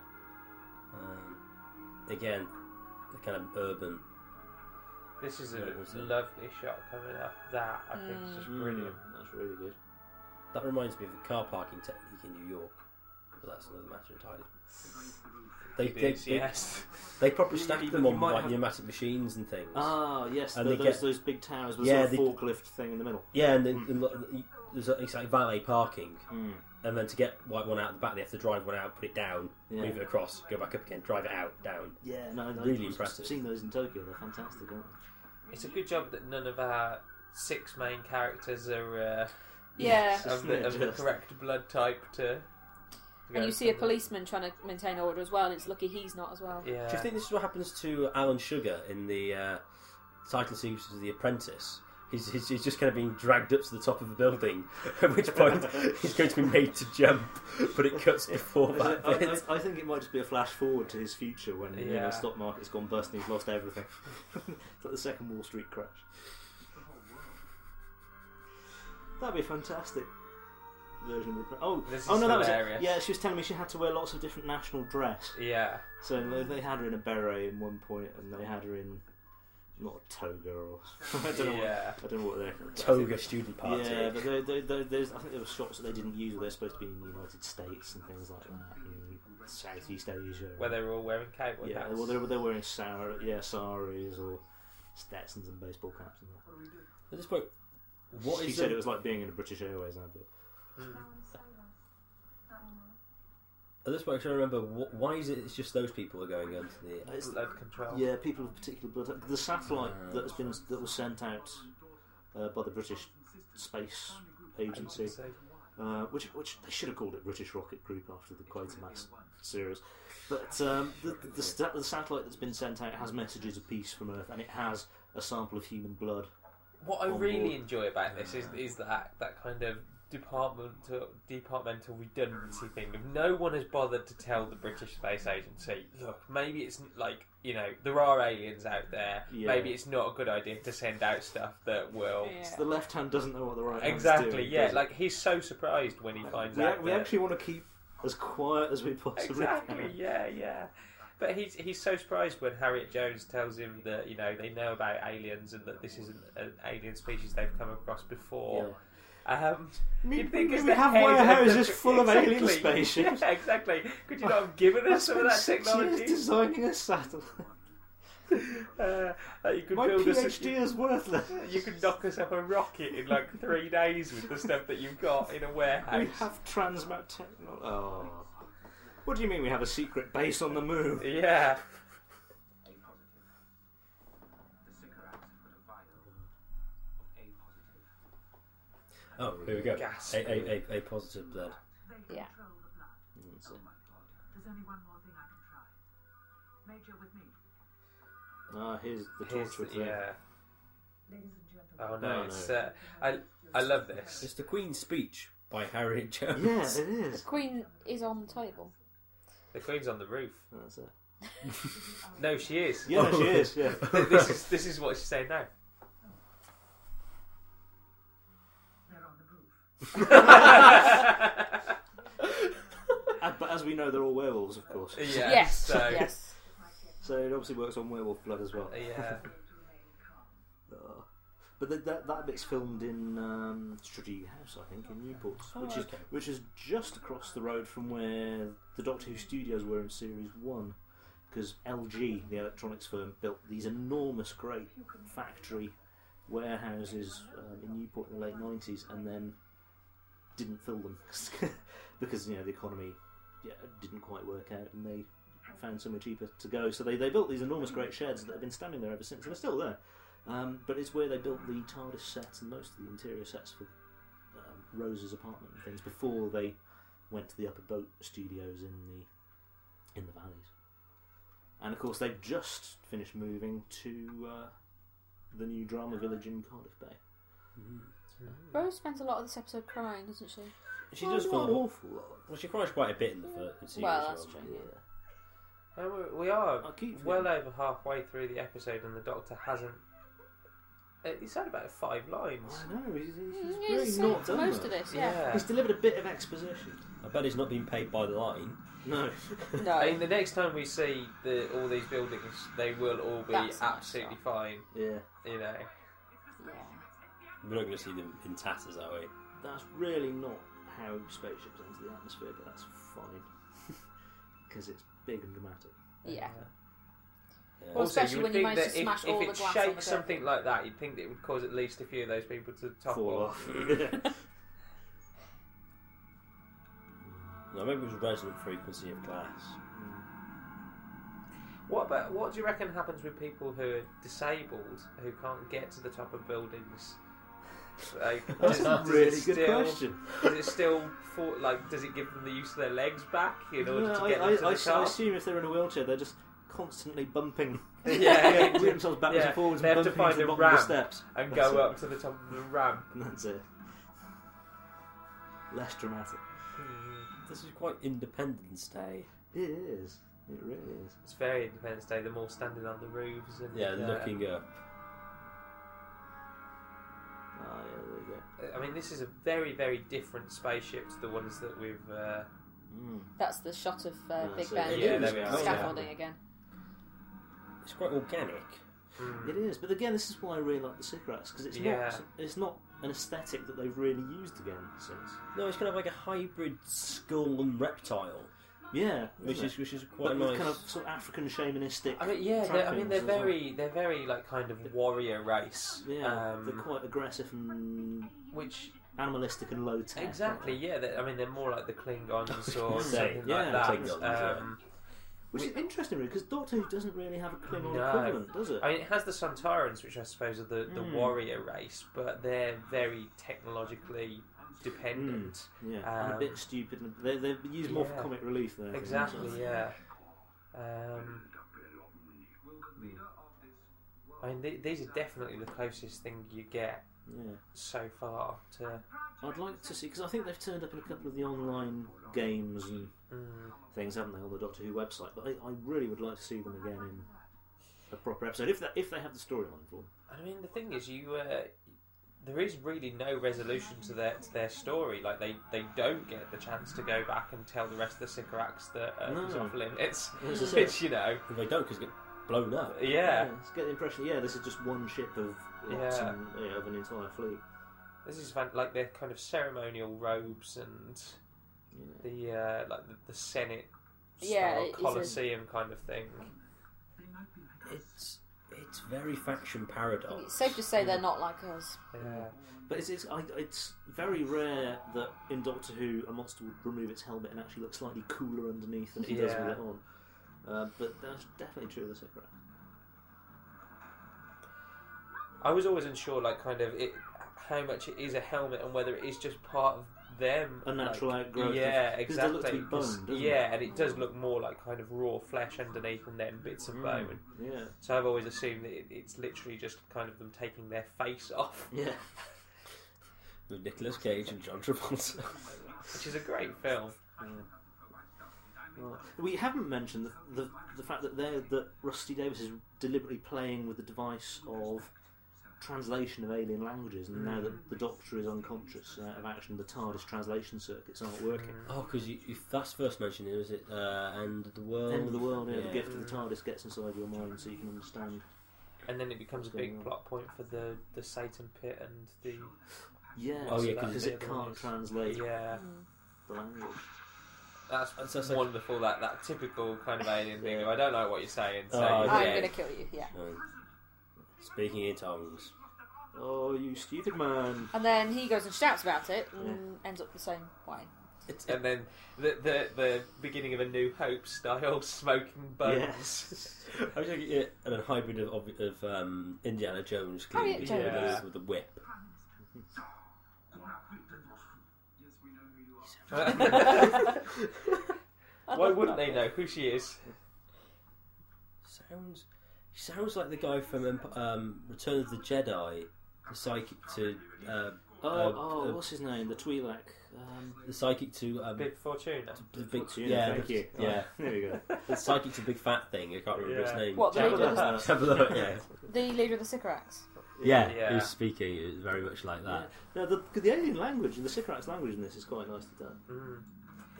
S2: Um, again, the kind of urban.
S7: This is a
S2: Yeah, that's it.
S7: lovely shot coming up. That I think is just brilliant.
S6: Mm, That's really good.
S2: That reminds me of a car parking technique in New York. But that's another matter entirely. They, they,
S7: Yes,
S2: they,
S7: yes.
S2: they probably
S6: You-
S2: stacked
S6: you-
S2: them
S6: you
S2: on
S6: might
S2: like
S6: have-
S2: pneumatic machines and things.
S6: Ah, yes,
S2: And
S6: tho-
S2: they
S6: those,
S2: get-
S6: those big towers with
S2: Yeah,
S6: a
S2: they-
S6: forklift thing in the middle.
S2: Yeah, and
S6: Hmm.
S2: then and lo- there's it's like valet parking,
S6: Mm.
S2: and then to get like one out the back, they have to drive one out, put it down,
S6: Yeah.
S2: move it across, go back up again, drive it out, down.
S6: Yeah, no, no,
S2: Really
S6: I've
S2: impressive.
S6: Seen those in Tokyo. They're fantastic, aren't they?
S7: It's a good job that none of our six main characters are
S5: Yeah.
S7: uh, of, the, of the correct blood type to. to go
S5: And you see a
S7: somewhere.
S5: policeman trying to maintain order as well. And it's lucky he's not as well.
S7: Yeah.
S2: Do you think this is what happens to Alan Sugar in the uh, title sequence of The Apprentice. He's, he's, he's just kind of being dragged up to the top of a building, at which point he's going to be made to jump, but it cuts before
S6: I,
S2: that bit.
S6: I- I think it Oh, might just be a flash forward to his future when the you know,
S7: Yeah.
S6: stock market's gone bust and he's lost everything. it's like the second Wall Street crash. That'd be a fantastic version of the. pre- Oh,
S7: This
S6: oh
S7: is
S6: no, that
S7: hilarious.
S6: was it. Yeah, she was telling me she had to wear lots of different national dress.
S7: Yeah.
S6: So like, they had her in a beret in one point, and they had her in not a toga or I don't know. What,
S7: yeah.
S6: I don't know what they're
S2: Toga student party.
S6: Yeah, but they, they, they, there's, I think there were shots that they didn't use. where They're supposed to be in the United States and things like that, in Southeast Asia.
S7: Where they were all wearing cowboy
S6: yeah,
S7: hats.
S6: well, they're, they're wearing sar yeah, saris or Stetsons and baseball caps. And that.
S2: At this point, what
S6: she
S2: is
S6: said
S2: the-
S6: it was like being in a British Airways advert.
S7: Mm.
S2: At this point, I'm trying to remember wh- why is it? It's just those people are going under the.
S6: It's-
S7: blood control.
S6: Yeah, people of particular blood. The satellite that has been that was sent out uh, by the British Space Agency, uh, which which they should have called it British Rocket Group after the Quatermass series. But um, the, the, the, sat- the satellite that's been sent out has messages of peace from Earth, and it has a sample of human blood.
S7: What I
S6: on
S7: really
S6: board.
S7: enjoy about this is is that that kind of departmental departmental redundancy thing. If no one has bothered to tell the British Space Agency, look, maybe it's n- like you know there are aliens out there.
S6: Yeah.
S7: Maybe it's not a good idea to send out stuff that will.
S5: Yeah.
S6: So the left hand doesn't know what the right hand's
S7: Exactly.
S6: doing.
S7: Yeah.
S6: does it? Uh,
S7: Like he's so surprised when he finds
S6: we,
S7: out.
S6: ac- we
S7: that-
S6: actually want to keep as quiet as we possibly
S7: Exactly.
S6: can.
S7: Yeah. Yeah. But he's he's so surprised when Harriet Jones tells him that you know they know about aliens and that this isn't an alien species they've come across before. Um,
S6: mean,
S7: you'd think
S6: we-
S7: as
S6: we
S7: the
S6: have
S7: head of
S6: warehouses
S7: the-
S6: full of alien
S7: Exactly,
S6: spaceships.
S7: Yeah, exactly. Could you not have given
S6: I
S7: us some of
S6: spent
S7: that
S6: six
S7: technology?
S6: years designing a satellite.
S7: Uh, that you could
S6: My
S7: build us.
S6: PhD
S7: A,
S6: is worthless.
S7: you could knock us up a rocket in like three days with the stuff that you've got in a
S6: We
S7: warehouse.
S6: have transmat technology. Oh. What do you mean we have a secret base on the moon?
S7: Yeah.
S8: A positive. The cigarettes for the vial of A positive.
S2: Oh, here we go.
S7: Gasp.
S2: A, a, a, a positive blood.
S4: They
S5: Yeah.
S4: control the blood.
S8: Oh my god.
S4: There's only one more thing I can try. Major with me.
S6: Ah, here's the
S7: Here's
S6: torture
S7: the-
S6: thing.
S7: yeah.
S4: Ladies and gentlemen.
S7: Oh
S6: No,
S7: no.
S6: no.
S7: It's, uh, I I love this.
S2: It's the Queen's speech by Harriet Jones.
S6: Yeah, it is.
S5: Queen is on the table.
S7: The Queen's on the roof.
S6: That's it.
S7: No, she is.
S6: Yeah, she is. Yeah.
S7: this is this is what she's saying now.
S4: They're on the roof.
S6: Uh, but as we know, they're all werewolves, of course.
S7: Yeah,
S5: yes.
S7: So,
S5: Yes.
S6: So it obviously works on werewolf blood as well.
S7: Yeah.
S6: Oh. But that, that, that bit's filmed in um, Strategic House, I think, in Newport, which is
S2: okay.
S6: which is just across the road from where the Doctor Who studios were in Series One, because LG, the electronics firm, built these enormous, great factory warehouses um, in Newport in the late nineties, and then didn't fill them because you know the economy yeah, didn't quite work out, and they found somewhere cheaper to go. So they, they built these enormous, great sheds that have been standing there ever since, and they're still there. Um, but it's where they built the TARDIS sets and most of the interior sets for um, Rose's apartment and things before they went to the upper boat studios in the in the valleys. And of course, they've just finished moving to uh, the new drama village in Cardiff Bay.
S5: Rose spends a lot of this episode crying, doesn't she?
S2: She does
S6: Well, not
S2: fall.
S6: awful. though.
S2: Well, she cries quite a bit in the first series. um,
S5: Well,
S2: as
S5: that's true.
S6: Yeah.
S7: And Um, we- we are
S6: I keep
S7: well
S6: thinking-
S7: over halfway through the episode, and the Doctor hasn't. uh, He's had about five lines.
S6: I know. He's, he's- he's
S5: Mm,
S6: really
S5: yes,
S6: not
S5: uh,
S6: done
S5: most
S6: much.
S5: of this, yeah.
S6: He's delivered a bit of exposition.
S2: I bet he's not being paid by the line.
S6: No.
S7: I mean,
S5: No.
S7: the next time we see the, all these buildings, they will all be
S5: That's nice,
S7: absolutely
S5: yeah.
S7: fine.
S6: yeah.
S7: You know,
S2: We're not going to see them in tatters, are we?
S6: That's really not how spaceships enter the atmosphere, but that's fine. Because it's big and dramatic.
S5: Yeah.
S2: Yeah.
S5: Well,
S7: Uh, also,
S5: especially
S7: you would
S5: when you
S7: think
S5: manage
S7: that
S5: to
S7: if,
S5: smash
S7: if
S5: all the
S7: it
S5: glass on the
S7: shakes
S5: table.
S7: something like that, you'd think that it would cause at least a few of those people to topple.
S6: Fall off. Mm. Yeah.
S2: No, maybe it was resonant frequency of glass.
S7: What about what do you reckon happens with people who are disabled who can't get to the top of buildings? Like,
S6: that's
S7: does-
S6: a
S7: does it
S6: really good
S7: still-
S6: question.
S7: Is it still for like? Does it give them the use of their legs back in order
S6: No,
S7: to get
S6: I,
S7: them to
S6: I, I,
S7: the top?
S6: assume if they're in a wheelchair, they're just constantly bumping
S7: Yeah.
S6: wheel themselves backwards
S7: Yeah,
S6: and forwards
S7: they
S6: and
S7: have to
S6: bumping
S7: find
S6: into the
S7: a
S6: bottom of the
S7: ramp.
S6: steps.
S7: and
S6: That's
S7: go
S6: it.
S7: up to the top of the ramp.
S6: And that's it. Less dramatic.
S7: Hmm.
S2: This is quite Independence Day.
S6: It is. It really is.
S7: It's very Independence Day. They're all standing on the roofs and
S2: Yeah,
S7: uh,
S2: looking up.
S6: Oh, yeah, there you
S7: I mean, this is a very very different spaceship to the ones that we've. Uh,
S6: go. Mm.
S5: That's the shot of uh,
S6: Yeah,
S5: Big
S6: so-
S5: Ben
S7: Yeah, there we are.
S5: scaffolding again.
S2: It's quite organic.
S7: mm.
S6: It is, but again, this is why I really like the cigarettes because it's
S7: Yeah.
S6: not it's not an aesthetic that they've really used again since.
S2: No, it's kind of like a hybrid skull and reptile,
S6: Yeah,
S2: which
S6: isn't
S2: is
S6: it?
S2: which is
S6: but
S2: quite
S6: with
S2: nice.
S6: kind of sort of African shamanistic.
S7: I mean, yeah, they're, I mean,
S6: trappings
S7: they're
S6: as well.
S7: very they're very like kind of warrior race.
S6: yeah,
S7: um,
S6: they're quite aggressive and
S7: which
S6: animalistic and low tech.
S7: exactly yeah. they're- I mean, they're more like the Klingons or
S2: Say,
S7: something
S6: yeah,
S7: like
S2: Klingons,
S7: that.
S2: yeah.
S7: Um,
S6: Which is interesting, really, because Doctor Who doesn't really have a Klingon
S7: No.
S6: equivalent, does it?
S7: I mean, it has the Santarans, which I suppose are the, the
S6: Mm.
S7: warrior race, but they're very technologically dependent.
S6: yeah, and a
S7: um,
S6: bit stupid. and They they use more
S7: yeah.
S6: for comic relief there.
S7: Exactly, yeah. Um, I mean, th- these are definitely the closest thing you get
S6: yeah.
S7: so far to.
S6: I'd like to see because I think they've turned up in a couple of the online games and
S7: Mm,
S6: things, haven't they, on the Doctor Who website? But I, I really would like to see them again in a proper episode if that, if they have the storyline for. them.
S7: I mean, the thing is, you uh, there is really no resolution to their to their story. Like they, they don't get the chance to go back and tell the rest of the Sycorax that uh,
S6: No.
S7: it's off limits.
S6: This is it.
S7: Which you know,
S2: If they don't, because get blown up.
S7: yeah.
S6: let's get the impression. Yeah, this is just one ship of lots
S7: Yeah.
S6: and, yeah, of an entire fleet.
S7: This is fan- like their kind of ceremonial robes and
S6: Yeah.
S7: the uh, like the, the Senate
S5: Yeah,
S7: style
S5: it is a-
S7: Colosseum kind of thing.
S2: It's it's very faction paradox.
S5: It's safe to say they're not like us.
S7: Yeah,
S6: But it's it's, I, it's very rare that in Doctor Who a monster would remove its helmet and actually look slightly cooler underneath than it does
S7: Yeah.
S6: with it on. Uh, but that's definitely true of the Sycorax.
S7: I was always unsure, like kind of it, how much it is a helmet and whether it is just part of them.
S6: A natural
S7: like,
S6: outgrowth of-
S7: Yeah,
S6: 'cause they look to
S7: exactly.
S6: be
S7: 'cause-
S6: boned, doesn't
S7: yeah,
S6: it?
S7: and it does look more like kind of raw flesh underneath and then bits
S6: Mm.
S7: of bone.
S6: Yeah,
S7: So I've always assumed that it, it's literally just kind of them taking their face off,
S6: yeah.
S2: With Nicolas Cage and John Travolta.
S7: which is a great film.
S6: Well, we haven't mentioned the, the, the fact that there that Rusty Davis is deliberately playing with the device of translation of alien languages, and now
S2: Mm.
S6: that the Doctor is unconscious and out of action, the TARDIS translation circuits aren't working.
S7: Mm.
S2: oh, because that's first mentioned. Is it uh, End of the World?
S6: End of the world, yeah, the gift of the TARDIS gets inside your mind so you can understand.
S7: And then it becomes a
S6: What's
S7: big
S6: going on?
S7: plot point for the, the Satan pit and the
S6: Yeah,
S2: Oh, yeah, 'cause
S6: because it
S7: the other one
S6: can't
S7: is-
S6: translate
S7: yeah.
S5: Mm.
S6: the language.
S7: That's,
S2: That's- that's like-
S7: wonderful. That that typical kind of alien thing. of, I don't like what you're saying. So
S2: Oh,
S7: yeah.
S5: I'm gonna kill you. Yeah.
S2: Um, speaking in tongues.
S6: Oh, you stupid man!
S5: And then he goes and shouts about it and ends up the same way.
S2: It's,
S7: And then the, the the beginning of a New Hope style smoking buns.
S2: I was looking at a hybrid of, of, of um, Indiana Jones,
S5: Harriet
S2: clearly,
S5: Oh, Jones.
S2: with,
S7: Yeah.
S2: the, with the whip.
S8: Yes, we know who you are.
S7: Why wouldn't they know who she is?
S2: Sounds, he sounds like the guy from Emp- um, Return of the Jedi, the psychic to uh,
S6: Oh,
S2: Uh,
S6: oh,
S2: uh,
S6: what's his name? The Twi'lek. Um,
S2: the psychic to um,
S7: Bib Fortuna.
S2: the big
S6: Fortuna,
S2: yeah,
S6: thank
S2: the-
S6: you.
S2: yeah,
S6: Oh, there we go.
S2: the psychic to big fat thing. I can't remember his
S7: Yeah.
S2: name.
S5: What, the leader, of the,
S6: Jabba the
S2: Have a look, yeah.
S5: the leader of the Sycorax?
S2: Yeah,
S7: Yeah.
S2: he was speaking. It was very much like that.
S6: No, the, 'cause the alien language, the Sycorax language in this is quite nicely done.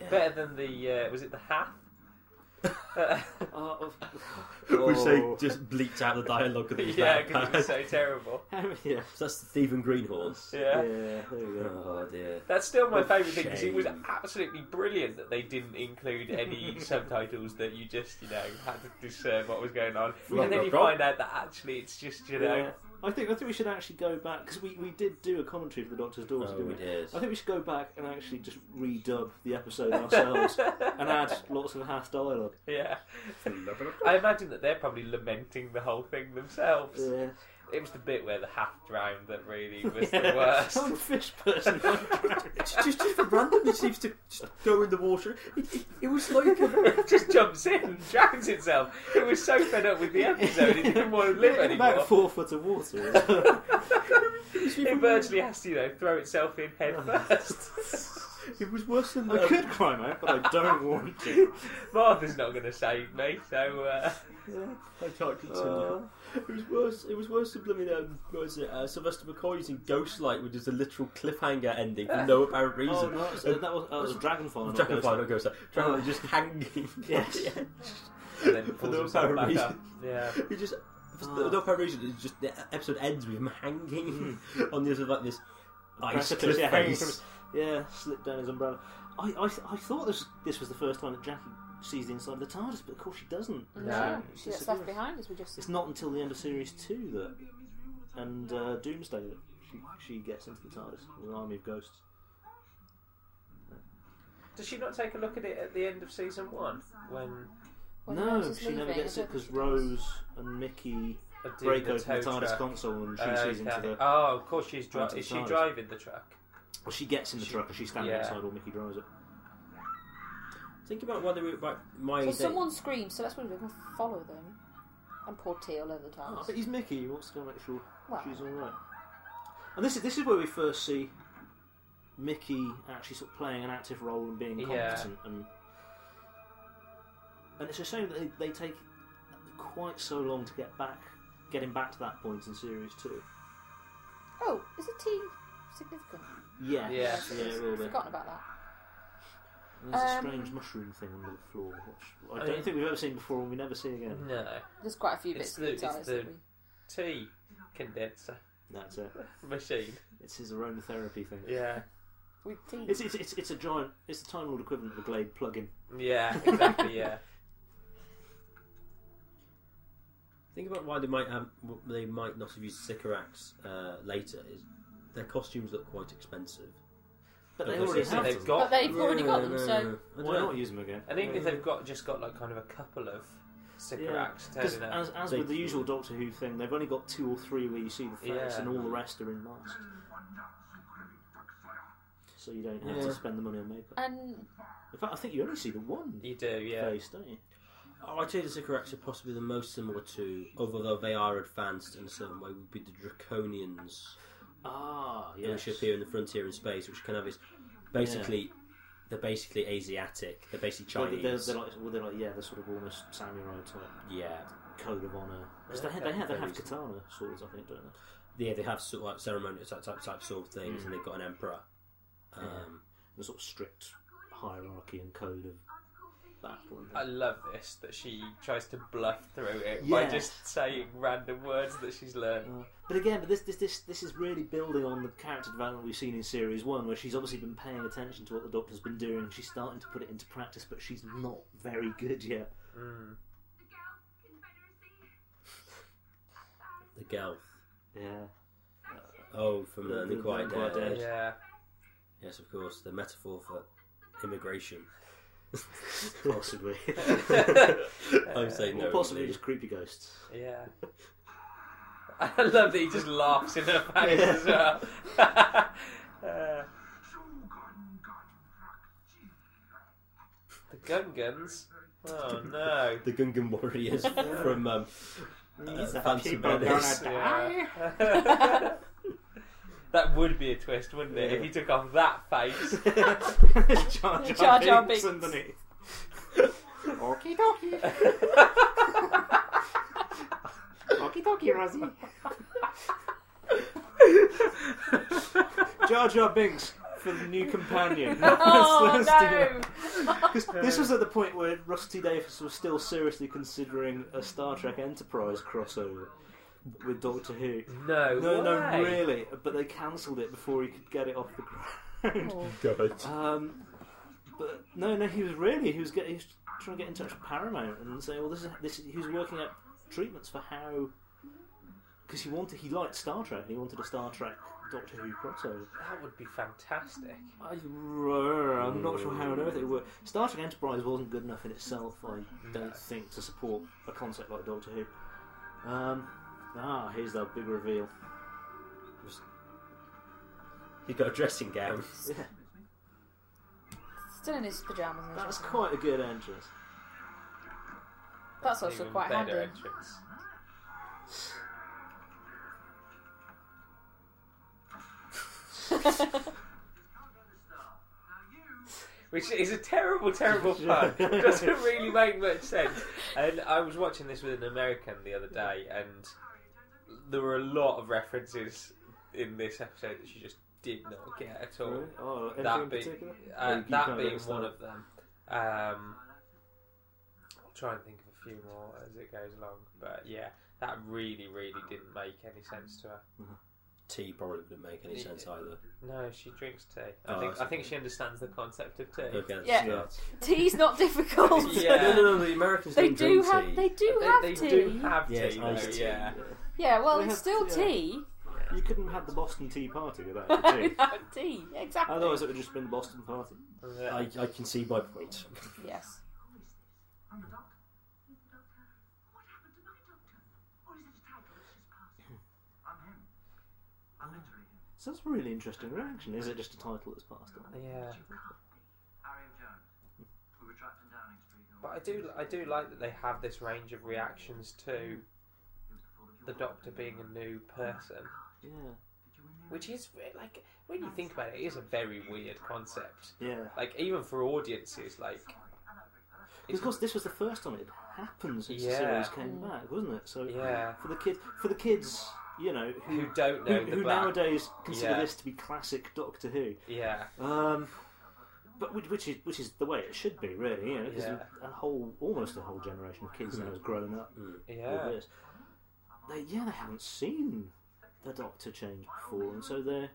S7: Mm. Better than the uh, was it the Hath?
S6: Uh, of,
S2: Which they
S6: Oh.
S2: just bleeped out the dialogue of the
S7: yeah, because it was so terrible.
S6: yeah.
S2: That's the thieving greenhorn.
S7: Yeah.
S6: yeah, there we go.
S2: Oh dear.
S7: That's still my
S2: What
S7: favourite thing because it was
S2: shame.
S7: absolutely brilliant that they didn't include any subtitles that you just, you know, had to discern what was going on.
S2: Right,
S7: and then
S2: right,
S7: you
S2: right.
S7: find out that actually it's just, you know,
S6: Yeah. I think I think we should actually go back because we, we did do a commentary for the Doctor's Daughter,
S2: Oh,
S6: didn't we?
S2: it is.
S6: I think we should go back and actually just redub the episode ourselves and add lots of half dialogue.
S7: yeah. I imagine that they're probably lamenting the whole thing themselves.
S6: Yeah.
S7: It was the bit where the half drowned that really was the worst.
S6: Some fish person.
S2: just, just, just randomly seems to just go in the water. It, it, it was like a,
S7: It just jumps in and drowns itself. It was so fed up with the episode, it didn't want to live
S6: In
S7: anymore.
S6: about four foot of water.
S7: It virtually has to, you know, throw itself in head first.
S2: it was worse than um,
S6: I
S2: the.
S6: could climb out, but I don't want to.
S7: Martha's not going to save me, so uh,
S2: I can't continue. It was worse. It was worse than blooming. Um, what was it? Uh, Sylvester McCoy's in Ghostlight, which is a literal cliffhanger ending for no apparent reason.
S6: Oh, no, so that was, that was Dragonfly.
S5: Oh,
S6: not
S2: Dragonfly,
S6: Ghostlight.
S2: not Ghostlight. Dragonfly just hanging.
S6: Yes.
S2: Yeah.
S7: and then
S2: For
S7: pulls
S2: no
S7: himself
S2: apparent
S7: back
S2: reason.
S7: up. Yeah.
S2: He just for no apparent reason. It's just the episode ends with him hanging on the other side of like this ice
S6: Precipice, yeah,
S2: cliff
S6: hanging
S2: face.
S6: from- yeah, slipped down his umbrella. I, I, I thought this this was the first time that Jackie sees the inside of the TARDIS, but of course she doesn't.
S5: No,
S6: She
S5: she gets
S6: disappears.
S5: left behind as we just.
S6: It's not until the end of series two that and uh, Doomsday that she, she gets into the TARDIS, with an army of ghosts.
S7: Does she not take a look at it at the end of season one when
S5: when
S6: no,
S5: Rose is
S6: she never
S5: leaving,
S6: gets
S5: I
S6: it
S5: don't
S6: because
S5: think she does.
S6: Rose and Mickey
S7: I do
S6: break
S7: the
S6: open the
S7: tow
S6: TARDIS
S7: truck?
S6: console and she sees into
S7: Okay.
S6: the.
S7: Oh, of course she's
S6: onto
S7: driving.
S6: the
S7: Is she
S6: side.
S7: driving the truck?
S6: Well, she gets in the
S7: She-
S6: truck and she's standing
S7: yeah.
S6: outside while Mickey drives it.
S2: Think about why they were about my.
S5: So
S2: day.
S5: someone screams, so that's what we do. We can follow them and pour tea all over the
S6: Oh,
S5: TARDIS.
S6: but he's Mickey. He wants to go make sure
S5: Well.
S6: she's all right. And this is this is where we first see Mickey actually sort of playing an active role and being
S7: Yeah.
S6: competent. And and it's a shame that they, they take quite so long to get back, getting back to that point in series two.
S5: Oh, is the tea significant?
S6: Yes.
S7: Yeah.
S6: yeah, a little bit.
S5: Forgotten about that.
S6: And There's a
S5: Um,
S6: strange mushroom thing under the floor, which I
S7: I
S6: don't
S7: mean-
S6: think we've ever seen before, and we never see again.
S7: No.
S5: There's quite a few
S7: It's
S5: bits
S7: the-
S5: of the
S7: it's
S5: TARDIS
S7: the-
S5: that we.
S7: Tea condenser
S6: That's it.
S7: machine.
S6: It's his aromatherapy thing.
S7: Yeah.
S5: We tea.
S6: It's, it's, it's, it's a giant. It's the Time Lord equivalent of a Glade plug-in.
S7: Yeah. Exactly. Yeah.
S2: Think about why they might have, w- they might not have used Sycorax uh, later. Is their costumes look quite expensive?
S6: But
S2: But
S6: they
S2: they
S6: already
S2: said
S6: have
S7: they've
S6: them.
S7: got-
S5: But they've already got them, so
S2: I
S6: Why
S2: don't
S6: not
S2: know.
S6: use them again?
S7: And even if they've got just got like kind of a couple of Sycorax
S6: Because
S7: turning up.
S6: as, as
S2: They-
S6: with the usual Doctor Who thing, they've only got two or three where you see the face,
S7: Yeah.
S6: and all the rest are in masks. So you don't have
S2: Yeah.
S6: to spend the money on makeup.
S5: And
S6: In fact, I think you only see the one
S7: You do, yeah.
S6: face, don't you?
S2: Oh, I'd say the Sycorax are possibly the most similar to, although they are advanced in a certain way, would be the Draconians.
S6: Ah,
S2: They
S6: yes.
S2: should appear in the frontier in space, which kind of is basically they're basically Asiatic. They're basically
S6: They're,
S2: Chinese.
S6: they're- they're like, well, they're like, yeah, they're sort of almost samurai type
S2: yeah,
S6: code of honor. Because they,
S7: Yeah,
S6: ha- they, ha- they
S2: very
S6: have
S2: reasonable.
S6: katana swords, I think, don't they?
S2: yeah. They have sort of like ceremonious type type, type sort of things, and they've got an emperor. Um,
S6: The sort of strict hierarchy and code of battle. And
S7: I
S6: things.
S7: love this that she tries to bluff through it
S6: Yeah.
S7: by just saying random words that she's learned.
S6: Uh, but again, but this, this this this is really building on the character development we've seen in series one, where she's obviously been paying attention to what the Doctor's been doing. She's starting to put it into practice, but she's not very good yet.
S7: Mm,
S2: The Gelf.
S6: Yeah,
S2: Oh, from
S6: The-
S2: the,
S6: the-
S2: the Quiet
S6: the Quiet
S2: Dead.
S6: Dead.
S7: Yeah.
S2: Yes, of course. The metaphor for immigration.
S6: possibly,
S2: I'm saying
S6: or
S2: no.
S6: possibly
S2: really.
S6: just creepy ghosts.
S7: Yeah. I love that he just laughs in her face
S6: Yeah.
S7: as well. Uh, the Gun Guns? Oh no.
S2: the Gungan warriors from um, uh, Phantom
S6: people
S2: Menace.
S6: gonna
S7: Yeah. that would be a twist, wouldn't it? If
S6: Yeah.
S7: he took off that face.
S6: It's Jar
S5: Jar Jar Binks.
S6: underneath.
S5: Okie dokie.
S6: Okie dokie, Razzie. Jar Jar Binks for the new companion.
S5: Oh
S6: Let's- let's do that.
S5: no!
S6: Because this was at the point where Rusty Davis was still seriously considering a Star Trek Enterprise crossover with Doctor Who.
S7: No,
S6: No,
S7: way.
S6: no, really. But they cancelled it before he could get it off the ground.
S2: Oh.
S6: Um, but no, no, he was really he was getting he was trying to get in touch with Paramount and say, well, this is this. Is, he was working out treatments for how because he wanted he liked Star Trek and he wanted a Star Trek Doctor Who crossover.
S7: That would be fantastic.
S6: I, I'm not sure how on earth it would. Star Trek Enterprise wasn't good enough in itself, I don't think, to support a concept like Doctor Who. Um, Ah, here's the big reveal.
S2: He's got a dressing gown.
S6: Yeah,
S5: Still in his pajamas. isn't he?
S6: that's quite a good entrance.
S5: That's also
S7: Even
S5: quite handy.
S7: better entrance. Which is a terrible, terrible pun. Doesn't really make much sense. And I was watching this with an American the other day, and there were a lot of references in this episode that she just did not get at all.
S6: Really? Oh, anything in
S7: That, be,
S6: particular? Or
S7: uh,
S6: you
S7: that
S6: can't
S7: being
S6: understand?
S7: one of them. Um, I'll try and think of a few more as it goes along. But yeah, that really, really didn't make any sense to her.
S2: Tea probably wouldn't make any sense either.
S7: No, she drinks tea.
S2: Oh,
S7: I think
S2: that's
S7: I think she understands the concept of tea.
S2: Okay, that's
S5: Yeah.
S2: good.
S5: Tea's not difficult.
S7: Yeah.
S2: No, no, no, the Americans
S5: They
S2: don't
S5: do
S2: drink
S5: have.
S2: tea.
S5: They do
S7: They,
S5: have
S7: they
S5: tea.
S7: do have
S2: Yeah, it's
S7: tea, though,
S2: iced tea.
S7: yeah.
S5: Yeah, well,
S6: They
S5: it's
S6: have-
S5: still
S6: yeah.
S5: tea.
S6: You couldn't have had the Boston Tea Party without it,
S5: They
S6: too.
S5: have tea, exactly.
S6: Otherwise, uh, it would just been the Boston Party.
S7: Yeah.
S2: I, I can see my point.
S5: Yes.
S4: I'm the doctor. He's the doctor. What happened to my doctor? Or is it a title that's just passed?
S8: I'm him. I'm literally him.
S6: So that's a really interesting reaction. Is it just a title that's passed on?
S7: Yeah.
S8: Harry of Jones. We were trapped in Downing Street. and all
S7: But I do I do like that they have this range of reactions to the Doctor being a new person,
S6: Yeah.
S7: which is like when you think about it, it is a very weird concept.
S6: Yeah.
S7: Like even for audiences, like
S6: Because of course, this was the first time it had happened since the
S7: Yeah.
S6: series came back, wasn't it? So
S7: Yeah.
S6: for the kids, for the kids, you know, who,
S7: who don't know
S6: who,
S7: the
S6: who
S7: black.
S6: nowadays consider
S7: Yeah.
S6: this to be classic Doctor Who,
S7: Yeah,
S6: um, but which, which is which is the way it should be, really. You know, 'cause
S7: Yeah.
S6: a whole almost a whole generation of kids now has grown up
S7: yeah.
S6: with this. They, yeah, they haven't seen the Doctor change before, and so they're.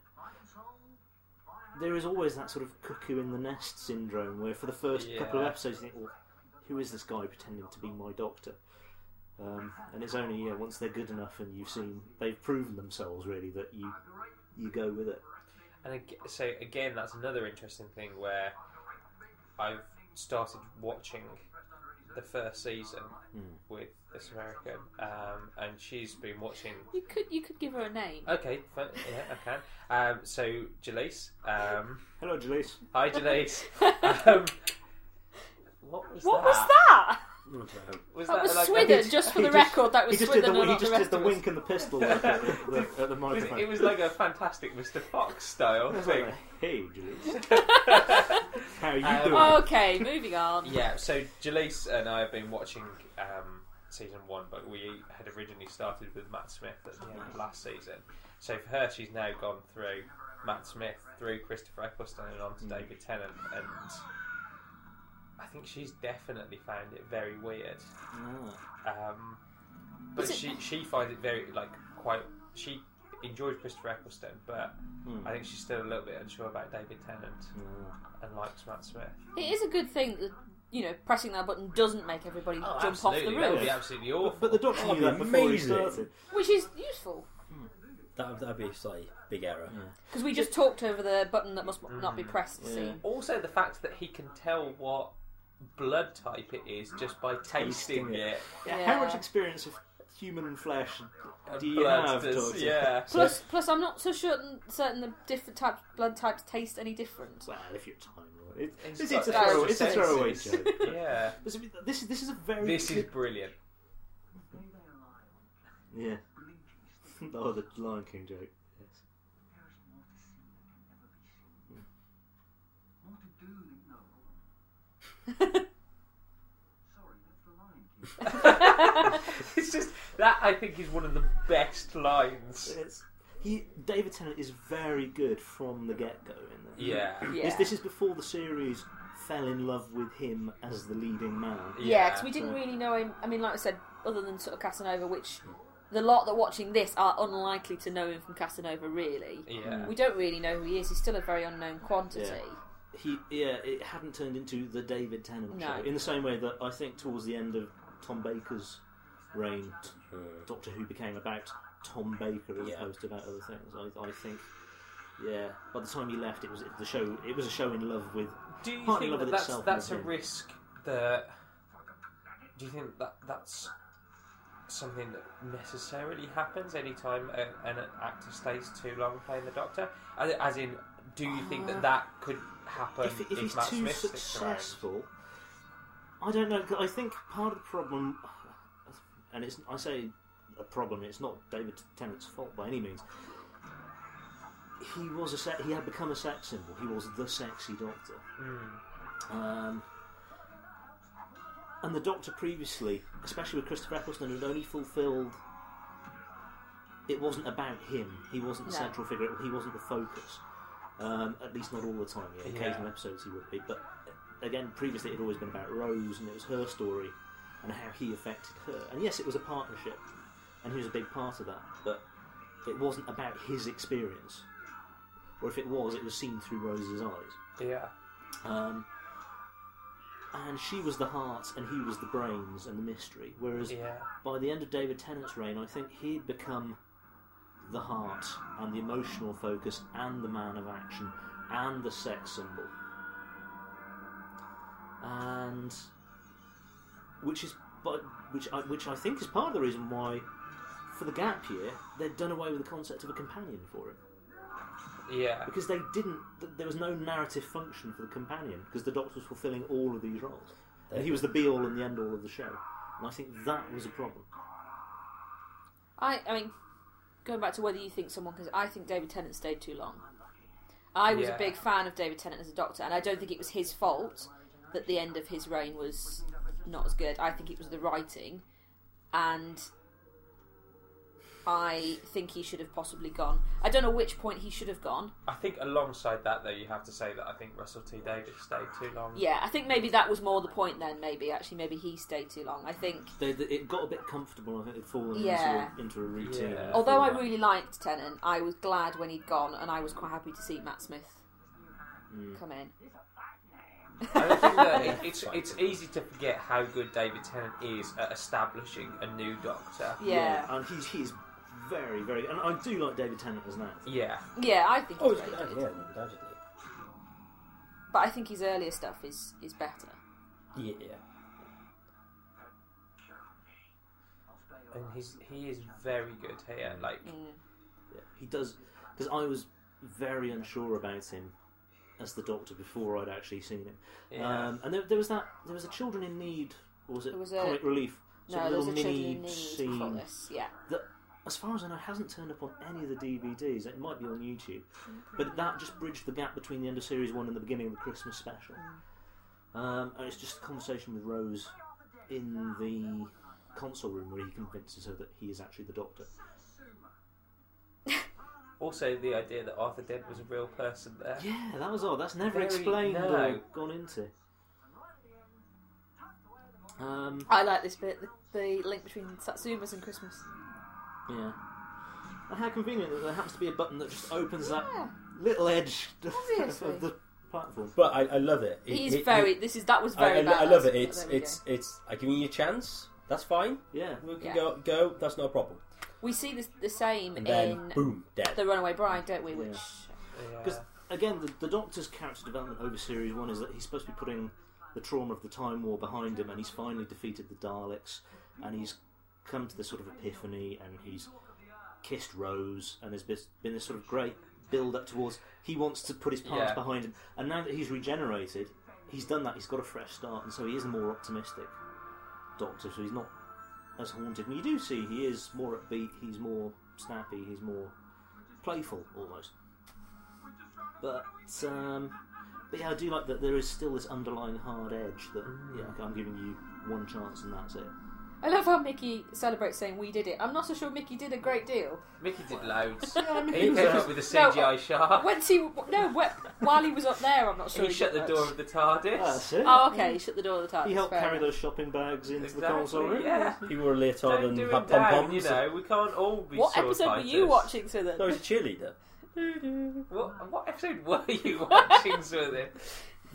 S6: There is always that sort of cuckoo in the nest syndrome where, for the first couple of
S7: Yeah.
S6: episodes, you think, well, who is this guy pretending to be my doctor? Um, and it's only yeah, once they're good enough and you've seen they've proven themselves really that you you go with it.
S7: And ag- so again, that's another interesting thing where I've started watching the first season with this American, um, and she's been watching.
S5: You could you could give her a name.
S7: Okay, fun, yeah, I can. Um, so Jalise, um,
S6: Hello, Jalise.
S7: hi Jalise. um, what was
S5: What
S7: that?
S5: was that?
S7: Was
S5: That was
S7: like-
S5: Swither. Just for
S6: he
S5: the record, that was
S6: he just did
S5: Swither,
S6: the,
S5: not
S6: he
S5: not the
S6: just
S5: rest
S6: did the
S5: of
S6: wink and the pistol at the, at the, at the
S7: It was,
S6: microphone.
S7: it was like a fantastic Mr. Fox style
S6: It's
S7: thing.
S6: like, hey, Jalise, how are you
S7: Um,
S6: doing?
S5: us. Okay, moving on.
S7: Yeah, so Jalise and I have been watching um, season one, but we had originally started with Matt Smith at the end of last season. So for her, she's now gone through Matt Smith, through Christopher Eccleston, and
S5: Mm.
S7: on to David Tennant. And I think she's definitely found it very weird.
S6: Ah.
S7: Um, but
S5: Is it-
S7: she, she finds it very, like, quite. She enjoys Christopher Eccleston, but
S5: Hmm.
S7: I think she's still a little bit unsure about David Tennant
S6: ah.
S7: and likes Matt Smith.
S5: It is a good thing that you know pressing that button doesn't make everybody jump off
S7: Oh, absolutely.
S5: the
S7: That
S5: roof,
S7: would be absolutely awful.
S6: But, but the doctor
S7: Oh,
S2: That'd
S6: knew that
S2: be
S6: before he
S2: amazing.
S6: started.
S5: which is useful
S2: That that'd be a slightly big error.
S5: because we just talked over the button that must not be pressed.
S6: Yeah.
S5: Scene.
S7: Also, the fact that he can tell what blood type it is just by tasting
S6: Tasting
S7: it.
S5: Yeah.
S6: How much experience of human flesh
S7: And
S6: do you
S7: blood
S6: have,
S7: does-
S6: doctor?
S7: yeah.
S5: Plus, plus, I'm not so certain certain the different types blood types taste any different.
S6: Well, if you're time lord, it,
S7: It's
S6: it's,
S7: got
S6: it's, a
S5: those
S6: throwaway, it's a throwaway
S7: senses.
S6: joke.
S7: Yeah.
S6: This, is- this is this is a very
S7: This is
S6: good-
S7: brilliant.
S6: yeah. oh, the Lion King joke. Yes.
S8: There is more to see than can ever be seen. More to do than know. Sorry, that's the line, kid.
S7: It's just that I think is one of the best lines.
S6: It's, he, David Tennant is very good from the get go in there.
S7: Yeah.
S5: Yeah,
S6: This, this is before the series fell in love with him as the leading man.
S5: yeah, because we didn't
S6: so-
S5: really know him. I mean, like I said, other than sort of Casanova, which the lot that watching this are unlikely to know him from Casanova. Really,
S7: Yeah.
S5: we don't really know who he is. He's still a very unknown quantity.
S6: Yeah. he yeah, it hadn't turned into the David Tennant
S5: No.
S6: show in the same way that I think towards the end of Tom Baker's reign, t- Doctor Who became about Tom Baker as
S2: Yeah.
S6: opposed to about other things. I, I think. Yeah, by the time he left, it was the show. It was a show in love with.
S7: Do you
S6: Partly
S7: think
S6: love
S7: that
S6: with
S7: that's,
S6: itself,
S7: that's a
S6: isn't it?
S7: risk that? Do you think that that's something that necessarily happens anytime a, an actor stays too long playing the Doctor. As, as in, do you think that that could happen
S6: Uh, if,
S7: if,
S6: if he's
S7: Matt
S6: too
S7: Smith sticks around?
S6: successful, I don't know. 'cause I think part of the problem, and it's I say a problem. It's not David Tennant's fault by any means. He was a se- he had become a sex symbol. He was the sexy Doctor.
S7: Hmm.
S6: Um, and the Doctor previously, especially with Christopher Eccleston, had only fulfilled. It wasn't about him. He wasn't the
S5: No.
S6: central figure. He wasn't the focus. Um, at least not all the time. Yeah. Occasional
S7: Yeah.
S6: episodes he would be, but again, previously it had always been about Rose and it was her story and how he affected her. And yes, it was a partnership, and he was a big part of that. But it wasn't about his experience, or if it was, it was seen through Rose's eyes.
S7: Yeah.
S6: Um, and she was the heart, and he was the brains and the mystery. Whereas
S7: Yeah.
S6: by the end of David Tennant's reign, I think he'd become the heart and the emotional focus and the man of action and the sex symbol. And which is but which I, which I think is part of the reason why for the gap year they'd done away with the concept of a companion for him
S7: Yeah.
S6: because they didn't th- there was no narrative function for the companion because the doctor was fulfilling all of these roles and he was the be all and the end all of the show and I think that was a problem
S5: I, I mean, going back to whether you think someone, because I think David Tennant stayed too long. I was
S7: Yeah.
S5: a big fan of David Tennant as a doctor, and I don't think it was his fault that the end of his reign was not as good. I think it was the writing, and I think he should have possibly gone. I don't know which point he should have gone.
S7: I think alongside that, though, you have to say that I think Russell T Davies stayed too long.
S5: Yeah, I think maybe that was more the point then, maybe. Actually, maybe he stayed too long. I think.
S6: they, they, it got a bit comfortable. I think they'd fallen
S5: Yeah.
S6: into, a, into a routine.
S7: Yeah.
S5: Although I really liked Tennant, I was glad when he'd gone, and I was quite happy to see Matt Smith come in.
S7: I don't think that it, it's it's easy to forget how good David Tennant is at establishing a new Doctor.
S5: Yeah.
S6: and he's he's very very, and I do like David Tennant as an actor.
S7: Yeah,
S5: Yeah, I think
S2: Oh,
S5: he's
S2: it's
S5: very
S2: good.
S5: good.
S2: yeah, undoubtedly.
S5: But I think his earlier stuff is, is better.
S2: Yeah.
S7: and he's he is very good here. Like,
S5: Mm.
S6: Yeah, he does because I was very unsure about him as the Doctor before I'd actually seen him.
S7: Yeah.
S6: Um, and there, there was that there was a Children in Need, or was it,
S5: There was a-
S6: Comic Relief?
S5: No,
S6: sort of
S5: there was a
S6: little
S5: children
S6: mini
S5: in need before
S6: scene
S5: this. Yeah,
S6: that, as far as I know, hasn't turned up on any of the DVDs. It might be on YouTube, but that just bridged the gap between the end of series one and the beginning of the Christmas special. Um, and it's just a conversation with Rose in the console room where he convinces her that he is actually the Doctor.
S7: also the idea that Arthur Dent was a real person there.
S6: Yeah, that was odd. That's never
S7: Very-
S6: explained or
S7: no.
S6: gone into. Um,
S5: I like this bit. The, the link between Satsumas and Christmas.
S6: yeah. And how convenient that there happens to be a button that just opens that
S5: Yeah.
S6: little edge
S5: Obviously.
S6: of the platform.
S2: But I, I love it. It-
S5: He's
S2: it-
S5: very.
S2: it-
S5: this is that was
S2: I,
S5: very Oh,
S2: I,
S5: bad.
S2: I love it. It's it's it's. I give you a chance. That's fine.
S6: Yeah.
S2: We can
S5: Yeah.
S2: go go. That's no problem.
S5: We see this the same
S2: And then
S5: in
S2: boom, dead.
S5: the Runaway Bride, don't we?
S6: Yeah.
S5: Which
S7: Yeah.
S6: Because again, the, the Doctor's character development over series one is that he's supposed to be putting the trauma of the Time War behind him, and he's finally defeated the Daleks, and he's come to this sort of epiphany, and he's kissed Rose, and there's bis- been this sort of great build up towards he wants to put his past
S7: Yeah.
S6: behind him, and now that he's regenerated, he's done that, he's got a fresh start, and so he is a more optimistic Doctor, so he's not as haunted. And you do see he is more upbeat, he's more snappy, he's more playful almost. But um, but yeah, I do like that there is still this underlying hard edge that yeah, okay, I'm giving you one chance and that's it.
S5: I love how Mickey celebrates saying we did it. I'm not so sure Mickey did a great deal.
S7: Mickey did loads.
S6: Mickey
S7: he
S6: was
S7: came
S6: a-
S7: up with a CGI
S5: No,
S7: shark.
S5: Once he no, wh- while he was up there, I'm not sure.
S7: He Ah, shut the
S5: did
S7: door
S5: much.
S7: of the TARDIS.
S6: That's it.
S5: Oh, okay. He shut the door of the TARDIS.
S6: he helped
S5: fair
S6: carry
S5: enough.
S6: those shopping bags into the
S7: Exactly,
S6: console room.
S7: yeah.
S2: He wore a leotard
S7: Don't
S2: and
S7: do
S2: had
S7: him
S2: pom
S7: down,
S2: poms.
S7: you know. We can't all be
S5: What
S7: sword
S5: episode were
S7: fighters.
S5: you watching, so
S2: No, he's a cheerleader.
S5: that?
S7: What, what episode were you watching, Swithin?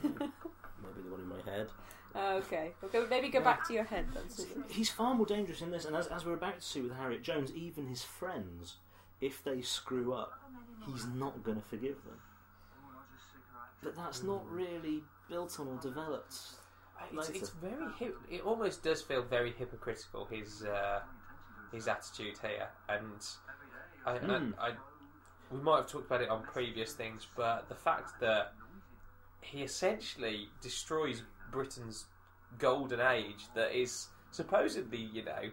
S2: Maybe the one in my head.
S5: Oh, okay. We'll go, maybe go back to your head then. Susan.
S6: He's far more dangerous in this, and as, as we're about to see with Harriet Jones, even his friends, if they screw up, he's not going to forgive them. But that's not really built on or developed.
S7: It's,
S6: Later.
S7: it's very. Hip, it almost does feel very hypocritical. His uh, his attitude here, and I,
S6: Hmm.
S7: I, I, we might have talked about it on previous things, but the fact that he essentially destroys Britain's golden age that is supposedly, you know,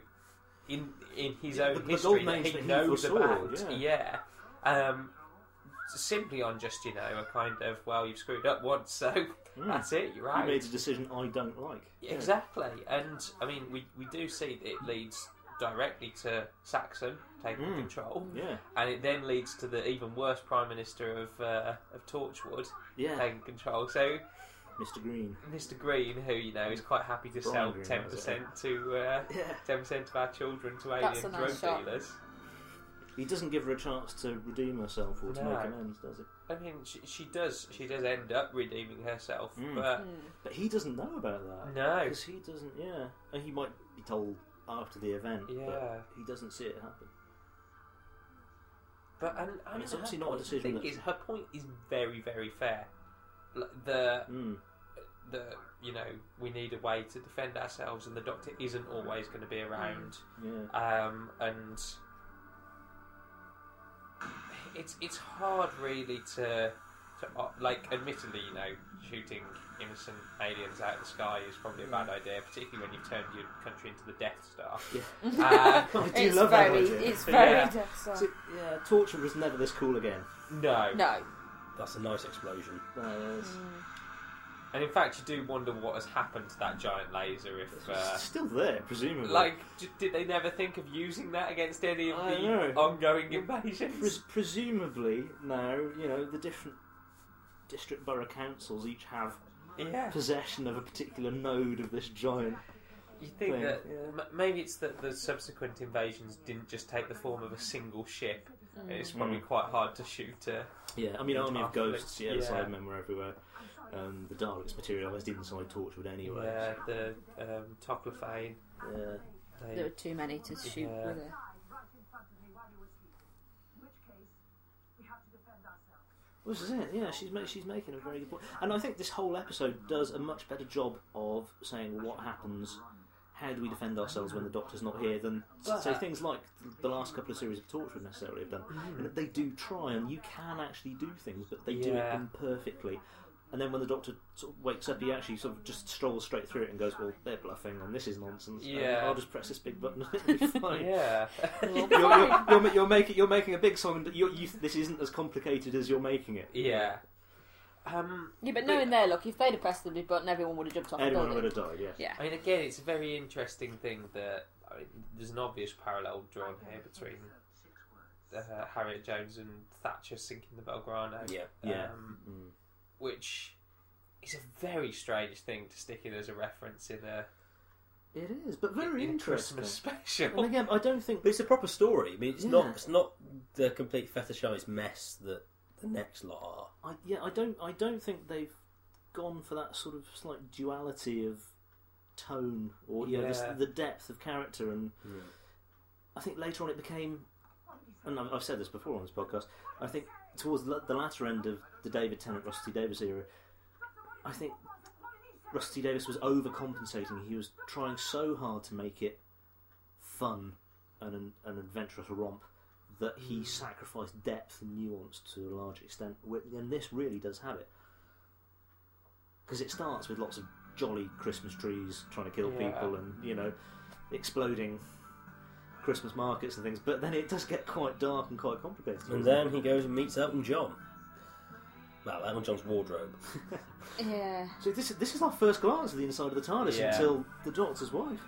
S7: in in his
S6: Yeah,
S7: own
S6: the- the
S7: history
S6: golden
S7: that
S6: age
S7: he
S6: that he
S7: knows
S6: foresaw,
S7: about,
S6: yeah.
S7: yeah. Um, simply on just you know a kind of well you've screwed up once so that's it you're
S6: He
S7: out
S6: Hmm. made a decision I don't like. Yeah.
S7: Exactly, and I mean, we, we do see that it leads directly to Saxon taking
S6: Mm.
S7: control,
S6: Yeah.
S7: and it then leads to the even worse Prime Minister of uh, of Torchwood
S6: Yeah.
S7: taking control. So
S6: Mr. Green.
S7: Mr. Green, who you know is quite happy to
S6: Brian
S7: sell
S6: Green,
S7: ten percent to uh,
S6: Yeah.
S7: ten percent of our children to
S5: That's
S7: alien
S5: a
S7: drug
S5: nice shot.
S7: dealers.
S6: He doesn't give her a chance to redeem herself or to
S7: No.
S6: make amends, does he?
S7: I mean, she, she does she does end up redeeming herself,
S6: Mm.
S7: but
S6: But he doesn't know about that.
S7: No.
S6: Because he doesn't, yeah. And he might be told after the event,
S7: Yeah.
S6: but he doesn't see it happen.
S7: But and,
S6: And it's
S7: her
S6: obviously not a
S7: point,
S6: decision
S7: The thing
S6: that-
S7: is, her point is very, very fair. Like, The
S6: Mm.
S7: the you know we need a way to defend ourselves, and the Doctor isn't always going to be around.
S6: Yeah.
S7: Um, and it's it's hard really to to op- like admittedly you know shooting innocent aliens out of the sky is probably a
S6: Mm.
S7: bad idea, particularly when you've turned your country into the Death Star. Uh,
S6: I do
S5: it's
S6: love that
S5: very,
S6: idea.
S5: it's very
S7: Yeah.
S5: Death Star.
S6: So, yeah, torture was never this cool again.
S7: no,
S5: No,
S2: That's a nice explosion.
S6: No, it's-
S5: Mm.
S7: and in fact you do wonder what has happened to that giant laser if. Uh,
S6: it's still there, presumably.
S7: Like, d- did they never think of using that against any of
S6: I
S7: the
S6: know.
S7: ongoing invasions?
S6: Pres- presumably now, you know, the different district borough councils each have
S7: yeah,
S6: possession of a particular node of this giant.
S7: you think
S6: thing,
S7: that
S6: yeah.
S7: m- maybe it's that the subsequent invasions didn't just take the form of a single ship. and It's probably
S6: Mm.
S7: quite hard to shoot. Uh,
S6: Yeah, I mean, army
S7: Conflict,
S6: of ghosts. Yeah,
S7: yeah.
S6: Cybermen were everywhere. Um, the Daleks materialised inside Torchwood anyway.
S7: yeah, the um, Toclophane.
S6: Yeah.
S5: there were
S7: They,
S5: too many to shoot
S7: Yeah.
S5: with it.
S4: Right in front of me while you were sleeping. In which case, we have to defend ourselves.
S6: Well, this is it. Yeah, she's ma- she's making a very good point, and I think this whole episode does a much better job of saying what happens, how do we defend ourselves when the Doctor's not here, than s- say things like th- the last couple of series of Torchwood necessarily have done.
S7: Mm-hmm.
S6: And They do try, and you can actually do things, but they do it
S7: Yeah.
S6: imperfectly. And then when the Doctor sort of wakes up, he actually sort of just strolls straight through it and goes, "Well, they're bluffing, and this is nonsense. and
S7: Yeah.
S6: I'll just press this big button. and it'll be fine."
S7: yeah,
S5: Well,
S6: You're,
S5: fine.
S6: you're, you're, ma- you're making you're making a big song, and you're, you this isn't as complicated as you're making it.
S7: yeah. Um,
S5: Yeah, but knowing their luck, if they'd have pressed the big button, everyone would have jumped off the
S6: Anyone would
S5: building.
S6: have died, yeah.
S5: Yeah.
S7: I mean, again, it's a very interesting thing that I mean, there's an obvious parallel drawn here between uh, Harriet Jones and Thatcher sinking the Belgrano.
S2: Yeah.
S6: Yeah.
S7: Um,
S6: Mm.
S7: Which is a very strange thing to stick in as a reference in a,
S6: It is, but very
S7: in a
S6: interesting.
S7: Christmas
S6: And
S7: special.
S6: again, I don't think
S2: But it's a proper story. I mean, it's
S6: Yeah.
S2: not it's not the complete fetishized mess that the next lot are.
S6: I, yeah, I don't I don't think they've gone for that sort of slight duality of tone or you know, this,
S7: Yeah.
S6: the depth of character and I think later on it became and I've I've said this before on this podcast I think towards the the latter end of the David Tennant Rusty Davis era I think Rusty Davis was overcompensating he was trying so hard to make it fun and an, an adventurous romp that he sacrificed depth and nuance to a large extent, wi- and this really does have it. Because it starts with lots of jolly Christmas trees trying to kill
S7: Yeah.
S6: people and, you know, exploding Christmas markets and things, but then it does get quite dark and quite complicated.
S2: And
S6: doesn't
S2: then he goes and meets Elton John. Well, Elton John's wardrobe.
S5: Yeah.
S6: it? So this, this is our first glance at the inside of the TARDIS
S7: Yeah.
S6: until the Doctor's wife.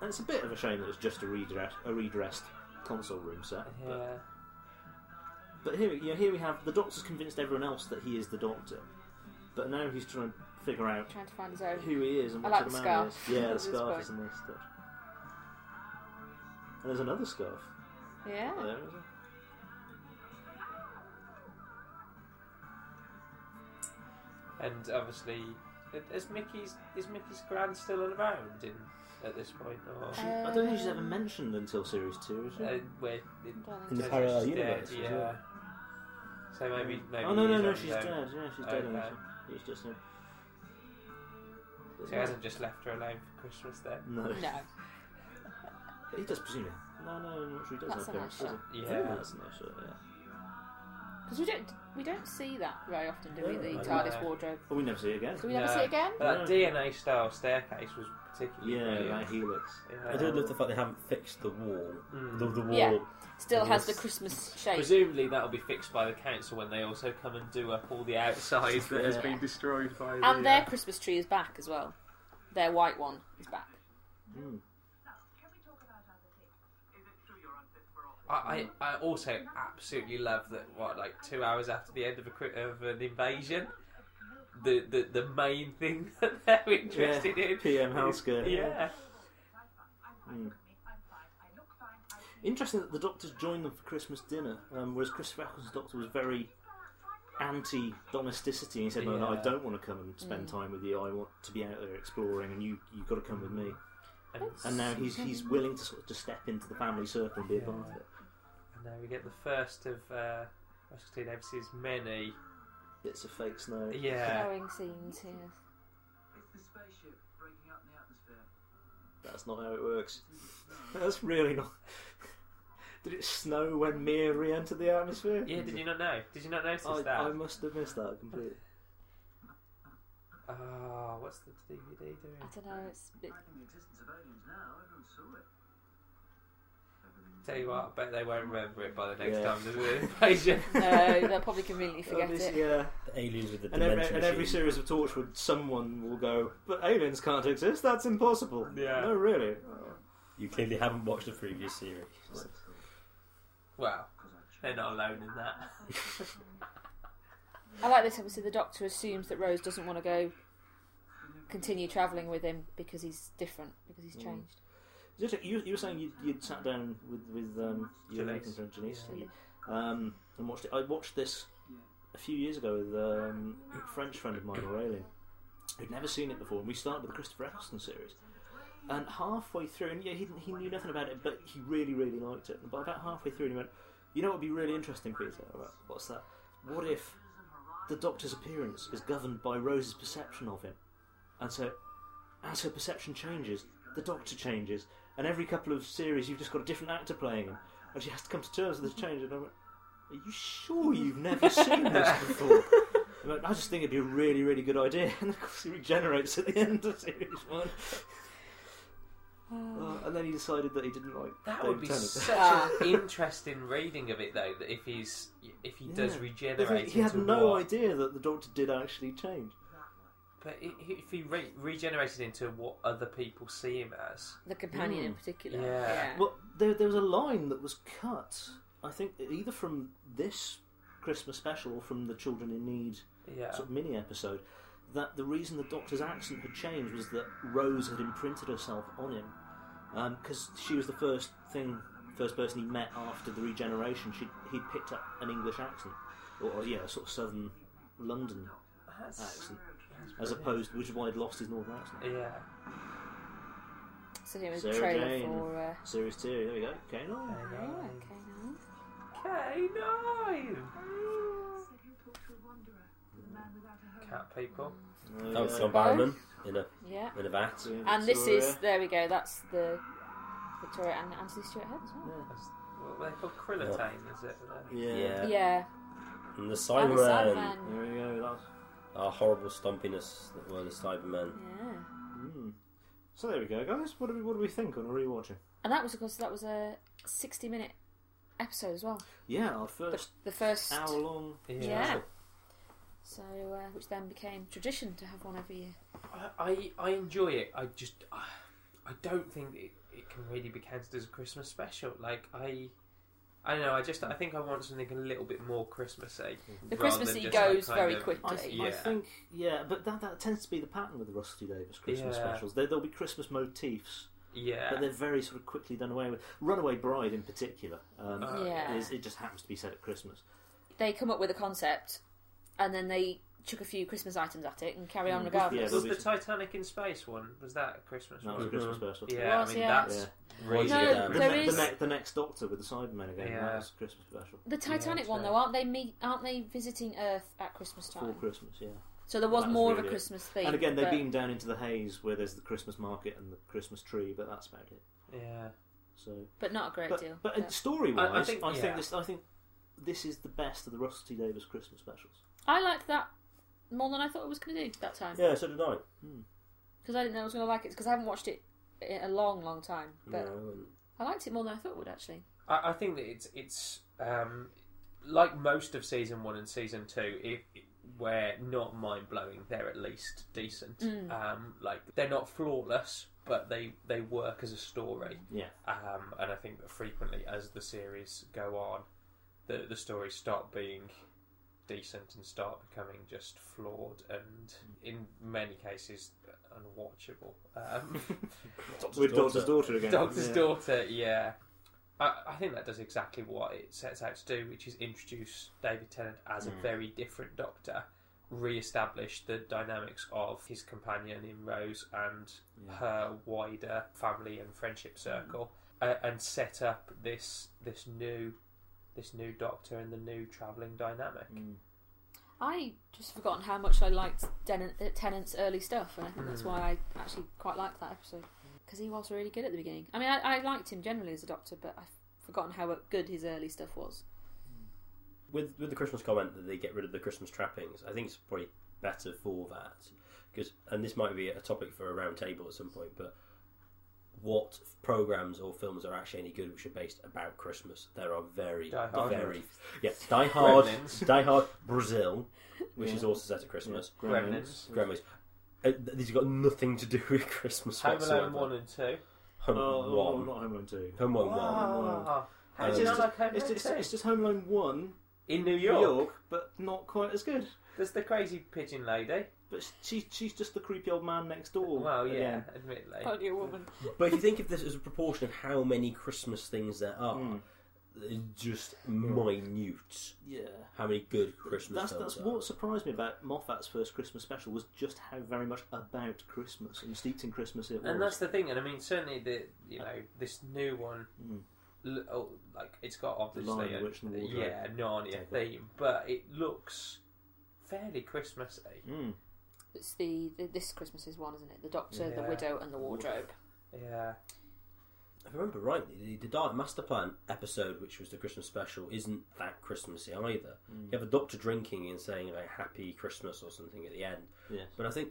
S6: And it's a bit of a shame that it's just a, redress, a redressed console room set. but-
S7: yeah.
S6: But here, you know, here we have the Doctor's convinced everyone else that he is the Doctor, but now he's trying to figure out
S5: Trying to find his own.
S6: who he is and
S5: I
S6: what
S5: like
S6: sort
S5: the
S6: of man
S5: scarf.
S6: he is. Yeah, the
S5: That's his
S6: scarf
S5: point.
S6: is a nice touch. And there's another scarf.
S5: Yeah.
S6: There, isn't there?
S7: And obviously, is Mickey's is Mickey's grand still around in, at this point? Or,
S6: She- I don't think she's ever mentioned until series two, is she?
S7: uh, where,
S5: In
S2: the parallel
S7: she's dead,
S2: universe,
S7: Yeah.
S2: as well.
S7: So maybe, maybe
S6: oh no, no,
S7: he's
S6: no,
S7: on
S6: she's
S7: his own.
S6: dead. Yeah, she's dead.
S7: Okay.
S6: It's just him.
S7: So he hasn't just left her alone for Christmas then.
S6: No.
S5: No.
S6: He does presumably. No, no, I'm not sure he does.
S5: That's
S6: have
S5: a nice
S6: parents, does he?
S7: shot. Yeah.
S6: Ooh, that's a nice shot, yeah.
S5: Because we don't we don't see that very often, do we? The
S6: No,
S5: TARDIS
S7: no.
S5: wardrobe.
S6: But Oh, we never see it again.
S5: Do we never
S7: No.
S5: see it again?
S7: But that
S6: Yeah.
S7: DNA style staircase was particularly
S6: Yeah,
S7: brilliant.
S6: that helix.
S7: Yeah.
S2: I do love the fact they haven't fixed the wall. The, the wall.
S5: Hmm. Yeah. Still has
S2: Yes.
S5: the Christmas shape.
S7: Presumably that'll be fixed by the council when they also come and do up all the outside that has
S6: Yeah.
S7: been destroyed by the.
S5: And
S7: uh,
S5: their Christmas tree is back as well. Their white one is back.
S4: Now, can we talk about other things?
S8: Is it true you're unfit for office?
S7: I, I I also absolutely love that. What like two hours after the end of a cri- of an invasion, the the, the main thing that they're interested in
S6: PM
S7: is-
S6: healthcare.
S7: Yeah,
S4: I'm fine. I'm fine. Look at me. I'm fine. I look fine. I feel
S6: Hmm. Interesting that the doctors joined them for Christmas dinner, um, whereas Christopher Eccleston's doctor was very anti domesticity. He said, no, no, I
S7: Yeah.
S6: don't want to come and spend
S4: Hmm.
S6: time with you. I want to be out there exploring, and you, you've got to come with me.
S7: and,
S6: And now he's he's
S4: Hmm.
S6: willing to sort of just step into the family circle and be a part of it.
S7: and now we get the first of uh, Russell T Davis's many.
S6: It's a fake snow.
S7: Yeah,
S5: Showing scenes here.
S8: It's the spaceship breaking up in the atmosphere.
S6: That's not how it works. That's really not. Did it snow when Mia re-entered the atmosphere?
S7: yeah. Did you not know? Did you not notice
S6: I,
S7: that?
S6: I must have missed that completely.
S7: Oh, what's the DVD doing?
S5: I don't know. It's it,
S8: Hiding the existence of aliens now, everyone saw it. Everything's
S7: Tell you what, I bet they won't remember it by the next
S6: Yeah.
S7: time there's an invasion.
S5: no. They'll probably conveniently forget
S6: Oh, This-
S5: it.
S6: Yeah.
S2: The aliens with the
S6: And every,
S2: dimension
S6: and every
S2: machine.
S6: series of Torchwood, someone will go, but aliens can't exist. That's impossible.
S7: Yeah.
S6: No, really.
S2: You clearly haven't watched the previous series.
S7: well, they're not alone in that.
S5: I like this. Obviously, the Doctor assumes that Rose doesn't want to go continue travelling with him because he's different, because he's changed.
S6: Just- You, you were saying you'd, you'd sat down with with um, your
S7: Janice.
S6: Nathan friend Janice um, and watched it. I watched this a few years ago with um, a French friend of mine, Aurelian, who'd never seen it before. And we started with the Christopher Eccleston series. And halfway through, and yeah, he, didn't- he knew nothing about it, but he really, really liked it. But about halfway through, he went, You know what would be really interesting, Peter? I went, What's that? What if the Doctor's appearance is governed by Rose's perception of him? And so, as her perception changes, the Doctor changes, and every couple of series you've just got a different actor playing him, and she has to come to terms with this
S7: Mm-hmm.
S6: change. And I went, "Are you sure you've never seen this before?" I, went, I just think it'd be a really, really good idea, and of course he regenerates at the end of series one.
S5: Oh.
S6: Uh, and then he decided that he didn't like
S7: That
S6: David
S7: would be
S6: Tennant.
S7: such an interesting reading of it, though. That if he's if he does
S6: Yeah.
S7: regenerate,
S6: But He had
S7: into
S6: no
S7: what-
S6: idea that the Doctor did actually change.
S7: But i- i- if he re- regenerated into what other people see him as,
S5: The companion in particular.
S7: Yeah.
S5: Yeah.
S6: Well, there, there was a line that was cut. I think either from this Christmas special or from the Children in Need
S7: yeah,
S6: sort of mini episode that the reason the Doctor's accent had changed was that Rose had imprinted herself on him because she was the first thing, first person he met after the regeneration. She he'd picked up an English accent or, or, yeah, a sort of southern London
S7: that's,
S6: accent as opposed, which is why he'd lost his northern accent.
S7: yeah,
S5: So here was a
S6: Sarah
S5: trailer
S6: Jane.
S5: for. Uh,
S6: Series two, there we go. Okay, no.
S5: oh, okay, no.
S7: K nine
S4: Said who talked to a wanderer, the man without a home.
S7: cat people.
S2: That was John Barrowman in a
S5: Yeah.
S2: in a vat.
S5: And this is there we go. That's the Victoria and Anthony Stewart Head as well.
S7: That's- What were they called? Krillitane, is it? Were
S6: Yeah.
S2: Yeah.
S5: Yeah.
S2: And the
S5: And the
S2: Cybermen.
S5: Cybermen.
S6: There we go. That's,
S2: Our horrible stompiness that were the Cybermen.
S5: Yeah.
S6: mm. So there we go, guys. What do we what do we think on a rewatching?
S5: And that was of course that was a sixty-minute episode as well.
S6: Yeah, our
S5: The,
S6: first
S5: the first.
S6: hour long.
S7: they?
S5: Yeah. So, uh, which then became tradition to have one every year.
S7: I, I I enjoy it. I just I, I don't think it, it can really be counted as a Christmas special. Like I I don't know. I just I think I want something a little bit more Christmassy. rather
S5: The Christmassy
S7: than just
S5: goes
S7: that kind
S5: very
S7: of-
S6: I,
S5: quickly.
S6: I
S7: Yeah.
S6: think, yeah, but that, that tends to be the pattern with the Rusty Davis Christmas
S7: Yeah.
S6: specials. There, there'll be Christmas motifs, but
S7: Yeah.
S6: they're very sort of quickly done away with. Runaway Bride, in particular, um,
S7: Uh,
S5: Yeah.
S6: is, it just happens to be said at Christmas.
S5: They come up with a concept, and then they chuck a few Christmas items at it and carry on
S6: Mm.
S5: regardless.
S6: Yeah,
S7: Was the Titanic in space one? Was that a Christmas
S6: That
S7: one?
S6: was a Christmas special.
S7: Mm-hmm. Yeah,
S5: Was,
S7: I mean
S5: yeah.
S7: that's
S6: Yeah.
S2: Crazy
S5: No,
S2: damn.
S6: The,
S5: There
S6: ne-
S5: is-
S6: the, ne- the next Doctor with the Sidemen again.
S7: Yeah.
S6: That was a Christmas special
S5: The Titanic
S7: that's
S5: one,
S7: fair.
S5: though, aren't they meet? Aren't they visiting Earth at Christmas
S6: for
S5: time?
S6: Christmas. Yeah,
S5: So there was
S6: That was
S5: more of a
S6: really it.
S5: Christmas theme.
S6: and again, they
S5: but-
S6: beam down into the haze where there's the Christmas market and the Christmas tree, but that's about it.
S7: Yeah.
S6: So,
S5: but not a great
S6: but,
S5: deal.
S6: but
S5: Yeah.
S6: story wise,
S7: I-
S6: I,
S7: I think-
S6: think,
S7: yeah.
S6: this, I think this is the best of the Rusty Davis Christmas specials.
S5: I liked that more than I thought it was going to do that time
S2: Yeah, so did I.
S5: because I didn't know I was going to like it because I haven't watched it in a long, long time. But
S2: No,
S5: I liked it more than I thought I would actually.
S7: I, I think that it's it's um, like most of season one and season two. If we're not mind blowing, they're at least decent. Um, like they're not flawless, but they they work as a story.
S6: Yeah.
S7: Um, and I think that frequently, as the series go on, the the stories start being decent and start becoming just flawed and in many cases unwatchable. Um,
S2: Doctor's
S6: With
S2: Daughter.
S6: Doctor's Daughter again.
S7: Doctor's
S6: Yeah.
S7: daughter, yeah. I, I think that does exactly what it sets out to do, which is introduce David Tennant as
S6: Mm.
S7: a very different Doctor, re-establish the dynamics of his companion in Rose and her wider family and friendship circle, uh, and set up this this new this new Doctor and the new travelling dynamic.
S6: Mm.
S5: I just forgotten how much I liked Denon- uh, Tennant's early stuff, and I think that's why I actually quite liked that episode because he was really good at the beginning. I mean, I, I liked him generally as a Doctor, but I've forgotten how good his early stuff was.
S2: with with the Christmas comment that they get rid of the Christmas trappings, I think it's probably better for that because and this might be a topic for a round table at some point, but what programs or films are actually any good which are based about Christmas? There are very,
S7: Die Hard.
S2: very yeah, Die Hard,
S7: Gremlins.
S2: Die Hard Brazil, which is also set at Christmas.
S7: Gremlins,
S2: Gremlins. Uh, th- these have got nothing to do with Christmas
S7: Home
S2: whatsoever.
S7: Alone one and two.
S2: Home
S6: Oh,
S2: One,
S6: not Home Alone 2.
S2: Home Alone One.
S7: Ah, how
S2: Um,
S7: do you not like Home
S6: Uh, It's,
S7: Alone
S6: it's,
S7: two?
S6: it's just Home Alone 1,
S7: in New
S6: New
S7: York.
S6: York, but not quite as good.
S7: There's the crazy pigeon lady.
S6: But she, she's just the creepy old man next door.
S7: Well, yeah,
S6: again.
S7: admittedly.
S5: Only a woman.
S2: But if you think of this as a proportion of how many Christmas things there are,
S5: Hmm.
S2: it's just minute.
S6: Yeah.
S2: How many good Christmas
S6: That's,
S2: films
S6: that's
S2: are.
S6: what surprised me about Moffat's first Christmas special was just how very much about Christmas and steeped in Christmas it was.
S7: And that's the thing, and I mean, certainly the you know this new one,
S6: Hmm.
S7: l- oh, like it's got obviously
S6: Lion,
S7: a,
S6: Witch and the Wardrobe.
S7: yeah Narnia theme, but it looks fairly Christmassy.
S6: Mm.
S5: It's the, the this Christmas's one, isn't it? The Doctor, the
S7: Yeah.
S5: Widow, and the Wardrobe.
S7: Yeah,
S2: If I remember rightly, the, the Dark Master Plan episode, which was the Christmas special, isn't that Christmassy either.
S5: Hmm.
S2: You have a doctor drinking and saying about Happy Christmas or something at the end.
S6: Yes.
S2: But I think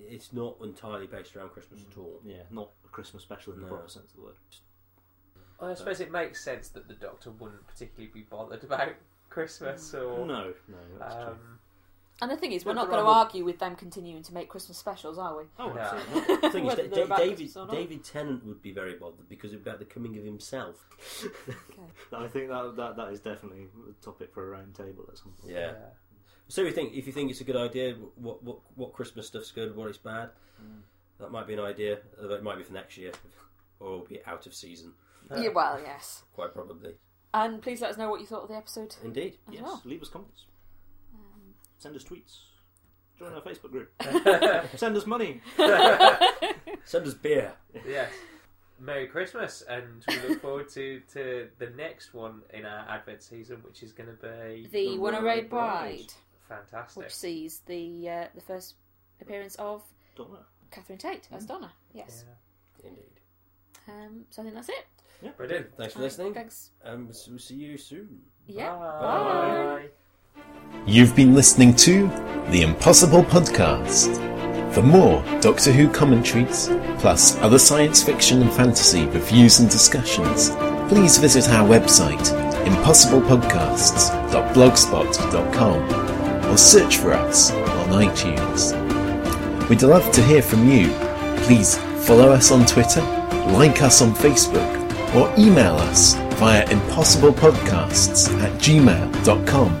S2: it's not entirely based around Christmas
S5: Hmm.
S2: at all.
S6: yeah, not a Christmas special in the
S2: No.
S6: proper sense of the word. Just-
S7: well, I suppose it makes sense that the Doctor wouldn't particularly be bothered about Christmas or.
S6: no, no, Hmm. that's true.
S7: Um,
S5: And the thing is, we're
S2: But
S5: not
S2: there
S5: going to
S2: are more-
S5: argue with them continuing to make Christmas specials, are we?
S6: Oh,
S7: no.
S6: absolutely.
S2: The thing is,
S5: Whether
S2: Da-
S5: they're
S2: Da-
S5: about
S2: David,
S5: Christmas or not.
S2: David Tennant would be very bothered because it's about the coming of himself.
S6: I think that, that that is definitely a topic for a round table at some point.
S2: yeah.
S7: yeah.
S2: So you think if you think it's a good idea, what what what Christmas stuff's good, what is bad, that might be an idea. Although It might be for next year, or it'll be out of season,
S5: Yeah, well, yes.
S2: quite probably.
S5: And please let us know what you thought of the episode.
S2: Indeed.
S5: as
S6: Yes,
S5: well.
S6: leave us comments. Send us tweets. Join our Facebook group. Send us money.
S2: Send us beer.
S7: Yes. Merry Christmas, and we look forward to, to the next one in our Advent season, which is going to be
S5: The
S6: The
S5: Runaway
S6: Runaway
S5: Bride,
S6: Bride.
S7: fantastic.
S5: which sees the uh, the first appearance of
S6: Don't know.
S5: Catherine Tate as Donna. Yes.
S7: Yeah.
S2: Indeed.
S5: Um, so I think that's it.
S7: Brilliant.
S2: Thanks for listening,
S5: Thanks.
S2: and so we'll see you soon.
S5: Yeah.
S7: Bye.
S5: Bye.
S1: You've been listening to The Impossible Podcast. For more Doctor Who commentaries, plus other science fiction and fantasy reviews and discussions, please visit our website, impossiblepodcasts.blogspot.com, or search for us on iTunes. We'd love to hear from you. Please follow us on Twitter, like us on Facebook, or email us via impossiblepodcasts at gmail.com.